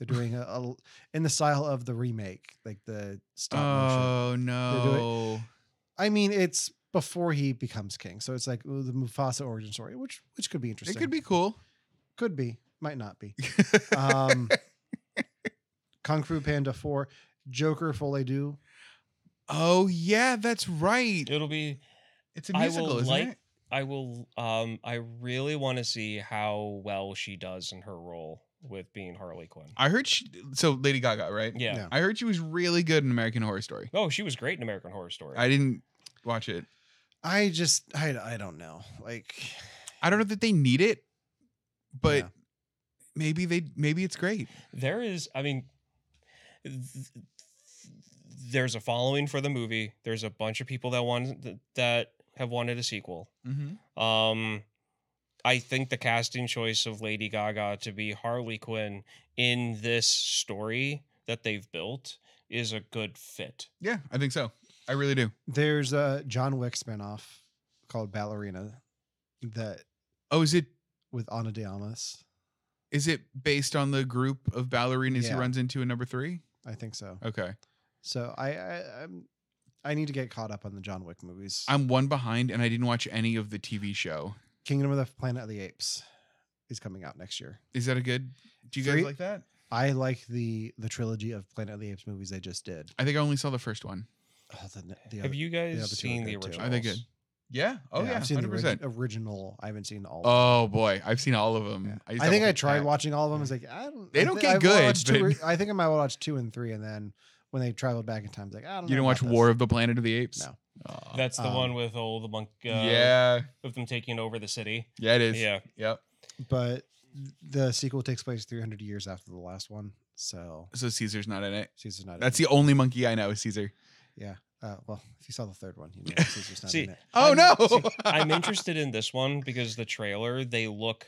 They're doing a, a in the style of the remake, like the stop motion.
Oh no.
I mean, it's before he becomes king, so it's like ooh, the Mufasa origin story, which which could be
It
interesting.
could be cool.
could be, might not be. <laughs> Um, Kung Fu Panda 4, Joker Folie Du.
<laughs> oh yeah, that's right.
It'll be
It's a
I
musical,
will
isn't
like-
it?
I will. Um, I really want to see how well she does in her role with being Harley Quinn.
I heard she. So Lady Gaga, right?
Yeah.
Yeah.
I heard she was really good in American Horror Story.
Oh, she was great in American Horror Story.
I didn't watch it.
I just, I, I don't know. Like,
I don't know that they need it, but
Yeah.
maybe they maybe it's great.
there is. I mean, th- there's a following for the movie. There's a bunch of people that want th- that have wanted a sequel.
Mm-hmm.
Um, I think the casting choice of Lady Gaga to be Harley Quinn in this story that they've built is a good fit.
Yeah, I think so. I really do.
there's a John Wick spinoff called Ballerina that
Oh, is it
with Ana de Amas.
is it based on the group of ballerinas
Yeah.
he runs into in number three?
I think so.
Okay,
So I, I, I'm, I need to get caught up on the John Wick movies.
I'm one behind, and I didn't watch any of the TV show.
Kingdom of the Planet of the Apes is coming out next year.
Is that a good? Do you guys
Three-
like that?
I like the the trilogy of Planet of the Apes movies they just did.
I think I only saw the first one.
Oh, the, the
Have
other-
you
other
guys
two are
seen the
good, too.
original?
Are they good? Yeah. Oh yeah.
I've seen
Hundred
the origi-
percent.
original. I haven't seen all. of
Oh boy, I've seen all of them.
Yeah.
just
I, think
haven't
I
looked
tried
back.
watching all of them. I was like, I don't.
They
I
don't
thi-
get
I've only
good,
watched two or-
but-
I think I might watch two and three, and then when they traveled back in time. It's like I don't. know
You didn't
about
watch
this.
War of the Planet of the Apes?
No.
Aw.
That's the
Um,
one with all the monk. Uh,
yeah.
Of them taking over the city.
Yeah, it is.
Yeah.
Yep.
But the sequel takes place 300 years after the last one, so
So Caesar's not in it.
Caesar's not. in
That's
it.
the only monkey I know is Caesar.
yeah. Uh, well, if you saw the third one, you know Caesar's not
See,
in it.
Oh <laughs>
I'm-
no.
see, I'm interested in this one because the trailer they look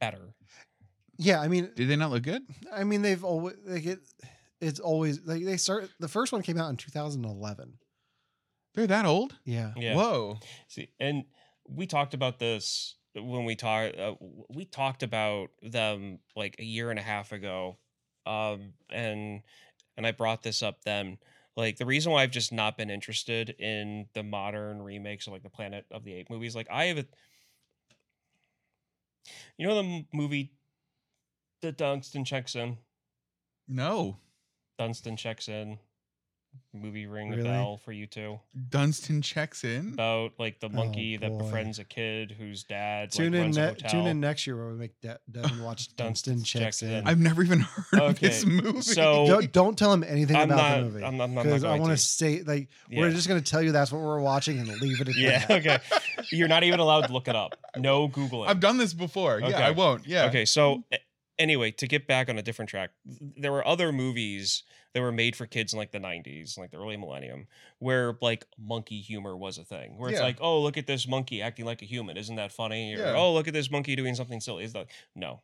better.
<laughs> Yeah, I mean,
Did they not look good?
I mean, they've always like it. It's always like they start. The first one came out in 2011.
They're that old?
Yeah,
Yeah.
Whoa.
See, and we talked about this when we talked. Uh, we talked about them like a year and a half ago, um, and and I brought this up then. Like the reason why I've just not been interested in the modern remakes of like the Planet of the Ape movies. Like I have a, you know, the m- movie, the Dunstan checks in.
No.
Dunstan checks in. Movie ring
Really?
the bell for you two
Dunstan checks in.
about like the monkey that
Oh, boy.
befriends a kid whose dad
Tune
like,
in.
runs a
Ne-
hotel.
tune in next year where we make De- Devin watch
Dunstan
Dunstan
checks
checks in.
in.
I've never even <laughs> heard of
Mm-hmm. Okay,
this movie. <laughs>
so-
don't, don't tell him anything
I'm
about
not,
the movie
I'm not. I'm not.
because I
going
want to
to.
stay. Like
Yeah.
we're just going to tell you that's what we're watching and leave it at
Yeah. <laughs>
that.
Okay. You're not even allowed to look it up. No googling.
I've done this before.
Okay.
Yeah, I won't. Yeah.
Okay. So a- anyway, to get back on a different track, there were other movies that were made for kids in like the 90s, like the early millennium, where like monkey humor was a thing. Where it's
Yeah.
like, oh, look at this monkey acting like a human. Isn't that funny? Or
Yeah.
oh, look at this monkey doing something silly. Is that no?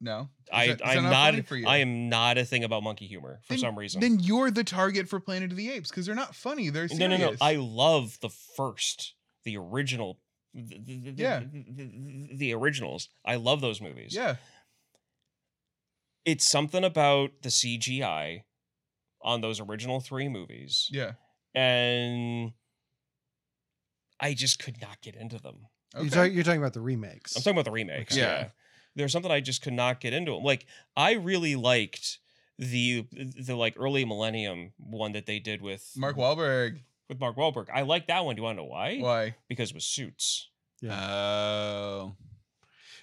No. Is
I,
that- is that
I'm
funny
not. I am not a thing about monkey humor for
Then-
some reason.
Then you're the target for Planet of the Apes because they're not funny. They're serious.
No, no, no. I love the first, the original. The, the,
Yeah.
The, the originals. I love those movies.
Yeah.
It's something about the CGI on those original three movies.
Yeah.
And I just could not get into them.
You're, talking, you're talking about the remakes.
I'm talking about the remakes.
Okay.
Yeah.
Yeah.
There's something I just could not get into. Like I really liked the the like early millennium one that they did with
Mark Wahlberg.
with Mark Wahlberg. I like that one. Do you want to know why?
Why?
Because it was suits.
Oh.
Yeah.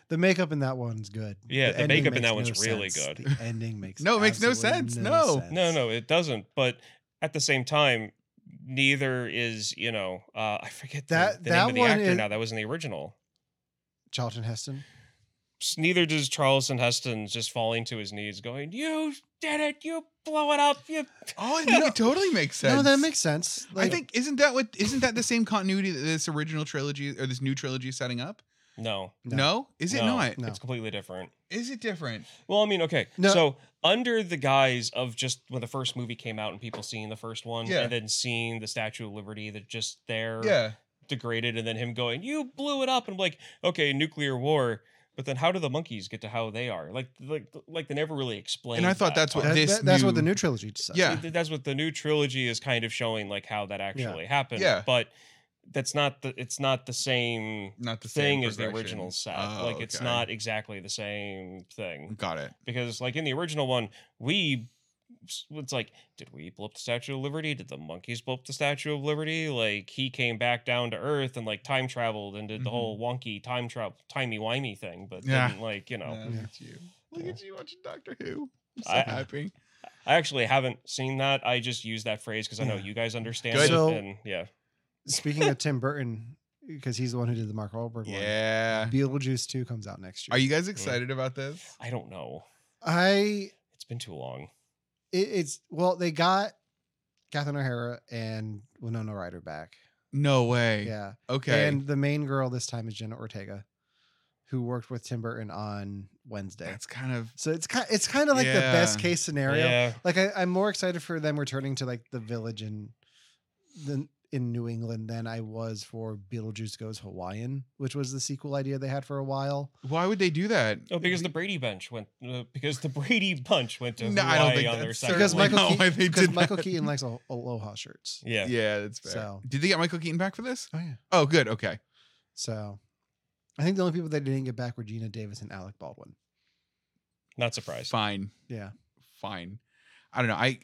the makeup in that one's good.
Yeah, the
ending
makeup in
makes
that one's really
sense.
good. <laughs>
The ending makes
No, it makes no
absolutely
sense. No.
No, no, it doesn't. But at the same time, neither is you know uh, I forget the-
That-
the,
that
name of the
one
actor
is-
now that was in the original.
Charlton Heston.
S- Neither does Charleston Heston just falling to his knees, going, "You did it! You blow it up! You
Oh, I think it totally makes sense.
No, that makes sense.
I think isn't that what isn't that the same continuity that this original trilogy or this new trilogy is setting up?
no,
No,
No.
is it
No.
not?
No.
it's completely different."
Is it different?
Well, I mean, okay,
No.
so under the guise of just when the first movie came out and people seeing the first one
Yeah.
and then seeing the Statue of Liberty that just there,
Yeah,
degraded and then him going you blew it up and I'm like okay nuclear war but then how do the monkeys get to how they are like like like they never really explained
and I thought that's what
part.
this.
that's what the
new-
new trilogy says.
Yeah.
Th- that's what the new trilogy is kind of showing like how that actually happened
Yeah.
but that's not the it's not the same
not the
thing
same
as the
progression.
original set
Oh,
like it's
okay.
not exactly the same thing
Got it.
because like in the original one we it's like did we blow up the statue of liberty did the monkeys blow up the statue of liberty like he came back down to earth and like time traveled and did the
Mhm.
whole wonky time travel timey wimey thing but
Yeah.
didn't like you know
Yeah.
Yeah, Look at you. Look
Yeah.
at you watching Doctor Who. I'm so
I-
happy.
i actually haven't seen that i just use that phrase because i know
Yeah.
you guys understand
Good.
it
So-
and yeah
Speaking
<laughs>
of Tim Burton, because he's the one who did the Mark Wahlberg
Yeah.
one. Beetlejuice Two comes out next year.
Are you guys excited about this?
i don't know
I
it's been too long
it, it's well they got Catherine O'Hara and Winona Ryder back.
No way.
Yeah,
Okay.
and the main girl this time is Jenna Ortega, who worked with Tim Burton on Wednesday.
that's kind of
so it's kind it's kind of like the best
Yeah.
case scenario.
yeah
Like I, I'm more excited for them returning to like the village in the in New England than I was for Beetlejuice Goes Hawaiian, which was the sequel idea they had for a while.
why would they do that?
Oh, because the Brady Bunch went. Uh, because the <laughs> Brady Bunch went to
No,
Hawaii
I don't think
on their
that's
second.
Because
one.
Certainly
Michael,
not
Keaton,
why they
because
did <laughs>
Michael
that.
Keaton likes al- Aloha shirts.
<laughs> yeah.
Yeah, that's fair.
So-
Did they get Michael Keaton back for this?
Oh yeah.
Oh, good. Okay.
So I think the only people that didn't get back were Gina Davis and Alec Baldwin.
not surprised.
Fine.
Yeah.
fine. I don't know. I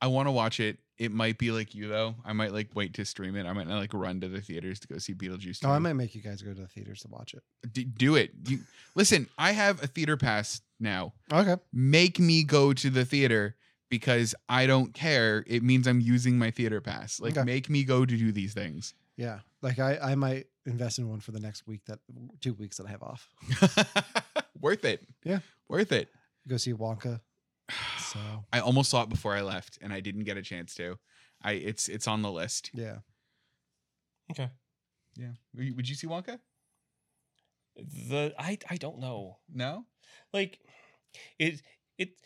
I want to watch it. It might be like you though. I might like wait to stream it. I might not like run to the theaters to go see Beetlejuice.
Oh, I
2.
might make you guys go to the theaters to watch it.
D- do it. You listen. I have a theater pass now.
Okay.
Make me go to the theater because I don't care. It means I'm using my theater pass. Like,
Okay.
make me go to do these things. <laughs>
Yeah. Like I, I might invest in one for the next week that two weeks that I have off.
Worth it.
Yeah.
Worth it.
Go see Wonka. So
I almost saw it before I left and I didn't get a chance to. I it's it's on the list.
yeah.
Okay.
Yeah. Would you- would you see Wonka?
The I I don't know.
No?
Like it it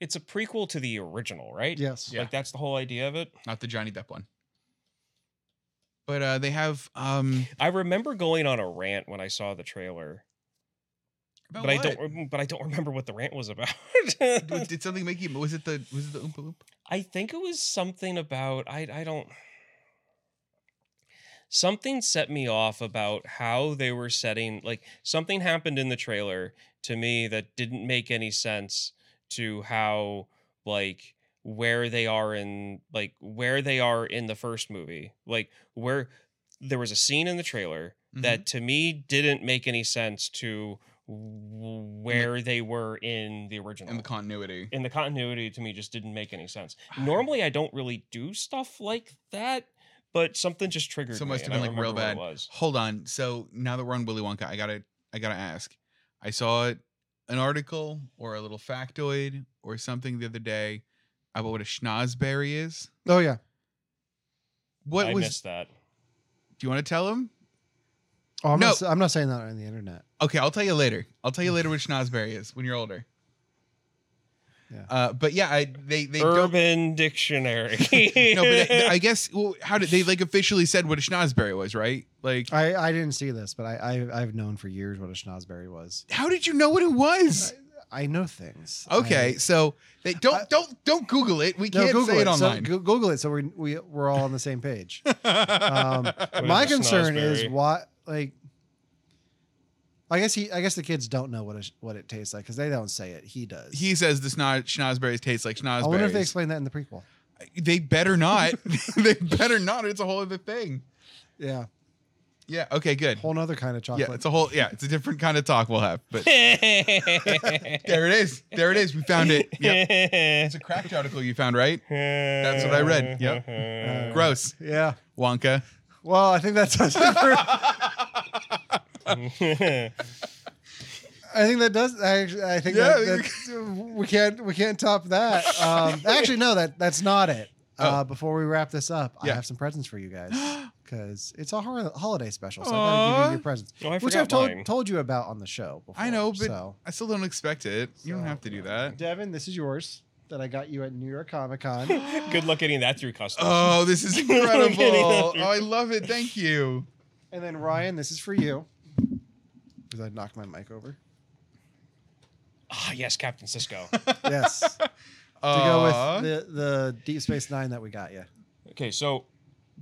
it's a prequel to the original, right?
Yes.
Yeah.
Like that's the whole idea of it.
Not the Johnny Depp one. But uh they have um
I remember going on a rant when I saw the trailer,
about
but I
what?
don't rem- but I don't remember what the rant was about.
Was- did something make you was it the was it the Oompa Loompa?
I think it was something about I I don't something set me off about how they were setting like something happened in the trailer to me that didn't make any sense to how like where they are in like where they are in the first movie like where there was a scene in the trailer that to me didn't make any sense to w- where they were in the original
in Mm-hmm. the continuity.
and the continuity to me just didn't make
<sighs>
any sense. Normally, I don't really do stuff like that, but something just triggered
So it
me.
must
and
have
I
been, like, real
remember
bad.
What it was.
Hold on. So now that we're on Willy Wonka, I gotta I gotta ask. I saw an article or a little factoid or something the other day about what a schnozberry is.
Oh yeah.
What
I
was?
missed that.
Do you want to tell him?
Oh, I'm,
No.
not, I'm not saying that on the internet.
Okay, I'll tell you later. I'll tell you later what schnozberry is when you're older.
Yeah.
Uh, but yeah, I they they don't-
Urban Dictionary.
<laughs> no, but I- I guess well, how did they like officially said what a schnozberry was, right? Like,
I, I didn't see this, but I, I I've known for years what a schnozberry was.
how did you know what it was?
I know things.
Okay,
I-
so they don't don't don't Google it. We
no,
can't
Google
say it,
it. So,
online.
Goo- Google it so we we we're all on the same
<laughs>
page. Um,
What is
my
a
concern is
snozberry?
why like I guess he I guess the kids don't know what it, what it tastes like because they don't say it. He does.
he says the schnoz- schnozberries taste like
I
schnozberries.
wonder if they explain that in the prequel.
They better not. <laughs> they better not. It's a whole other thing.
Yeah,
Yeah. Okay. Good.
whole other kind of chocolate.
Yeah. It's a whole. Yeah. It's a different kind of talk we'll have.
<laughs>
But
<laughs>
there it is. There it is. We
<laughs>
found it. Yep. It's <laughs> a cracked article you found, right?
That's
what I read. Yep. Gross.
yeah.
Wonka.
Well, I think that does. It for, I think that does. I actually, I think
Yeah,
that, that's, we can't we can't top that.
<laughs>
Um, actually, no, that that's not it. Uh, before we wrap this up,
Oh. Yeah.
I have some presents for you
<gasps>
guys because it's a hor- holiday special, so I gotta give
Aw.
you your presents,
Oh, I
which
forgot
I've told
mine.
told you about on the show. Before,
I know, but
so.
I still don't expect it. You don't
So-
have to do that.
Devin, this is yours that I got you at New York Comic
<laughs>
Con.
<laughs> Good luck getting that through customs.
Oh,
<laughs>
this is
don't get
incredible. oh,
it.
I love it. Thank you.
And then Ryan, this is for you. Because I knocked my mic
<laughs>
over.
Ah, yes, Captain Cisco.
Yes. to
Aw.
go with the, the Deep Space Nine that we got you.
okay, so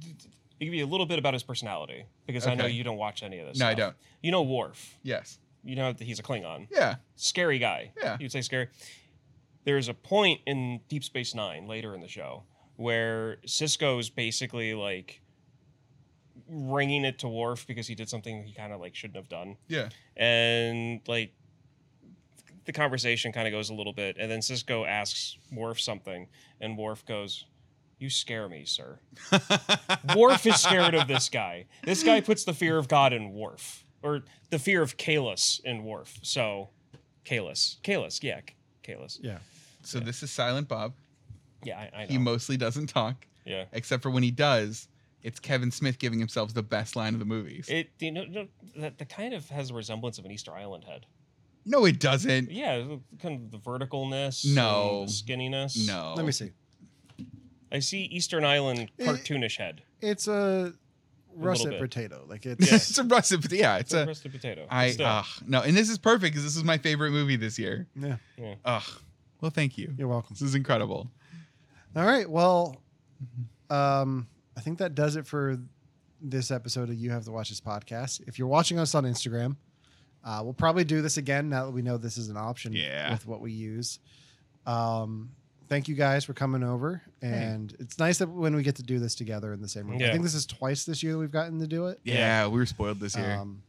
th- th- give you a little bit about his personality because I know
Okay.
you don't watch any of this.
No, I
stuff.
don't.
You know Worf.
Yes.
You know that he's a Klingon.
Yeah.
scary guy.
Yeah.
You'd say scary. There's a point in Deep Space Nine later in the show where Cisco's basically like ringing it to Worf because he did something he kind of like shouldn't have done.
Yeah.
And like the conversation kind of goes a little bit. And then Cisco asks Worf something, and Worf goes, You scare
<laughs>
me, sir. Worf is scared of this guy. This guy puts the fear of God in Worf, or the fear of Kalis in Worf. So, Kalis, Kalis, yeah, K- Kalis.
Yeah.
So this is Silent Bob.
Yeah, I, I know.
He mostly doesn't talk,
yeah.
except for when he does, it's Kevin Smith giving himself the best line of the movies.
It you know, no, that, that kind of has a resemblance of an Easter Island head.
no, it doesn't.
Yeah, the- kind of the verticalness.
No.
and the skinniness.
No.
Let me
<laughs>
see.
I see Eastern Island
Eh.
cartoonish head.
It's a russet
bit.
potato. Like it's
it's a recipe. Yeah, it's a.
roasted potato.
I uh,
Still.
ugh, no, and this is perfect because this is my favorite movie this year.
yeah.
Ugh. Well, thank you.
You're welcome.
This is incredible.
All right. Well, um, I think that does it for this episode of You Have to Watch This podcast. If you're watching us on Instagram, uh, we'll probably do this again now that we know this is an option
Yeah.
with what we use. Um, thank you guys for coming over, and it's nice that when we get to do this together in the same room. I
Yeah.
think this is twice this year that we've gotten to do it.
Yeah, we were spoiled this year.
Um,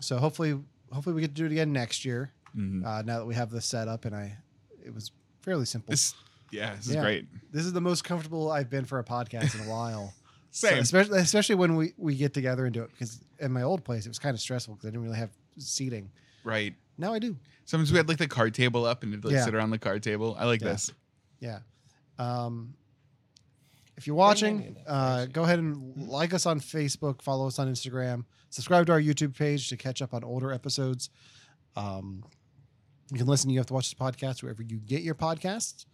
so hopefully, hopefully we get to do it again next year.
Mhm.
Uh, now that we have this set up, and I, it was fairly simple.
This Yeah, this is
Yeah.
great.
This is the most comfortable I've been for a podcast in a while. So,
<laughs> Same.
especially especially when we we get together and do it because in my old place it was kind of stressful because I didn't really have seating.
Right.
Now I do.
Sometimes we had like the card table up and it'd like
Yeah.
sit around the card table. I like
Yeah.
this.
Yeah. Um, if you're watching, uh, go ahead and like us on Facebook, follow us on Instagram, subscribe to our YouTube page to catch up on older episodes. Um, you can listen. You have to watch this podcast wherever you get your podcasts,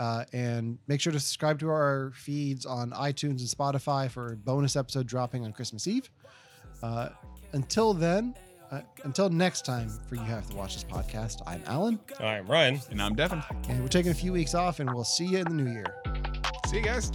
uh, and make sure to subscribe to our feeds on iTunes and Spotify for a bonus episode dropping on Christmas Eve. Uh, until then, uh, until next time, for you have to watch this podcast. I'm Alan,
All right, Ryan.
And I'm Devin.
and we're taking a few weeks off, and we'll see you in the new year.
See you guys.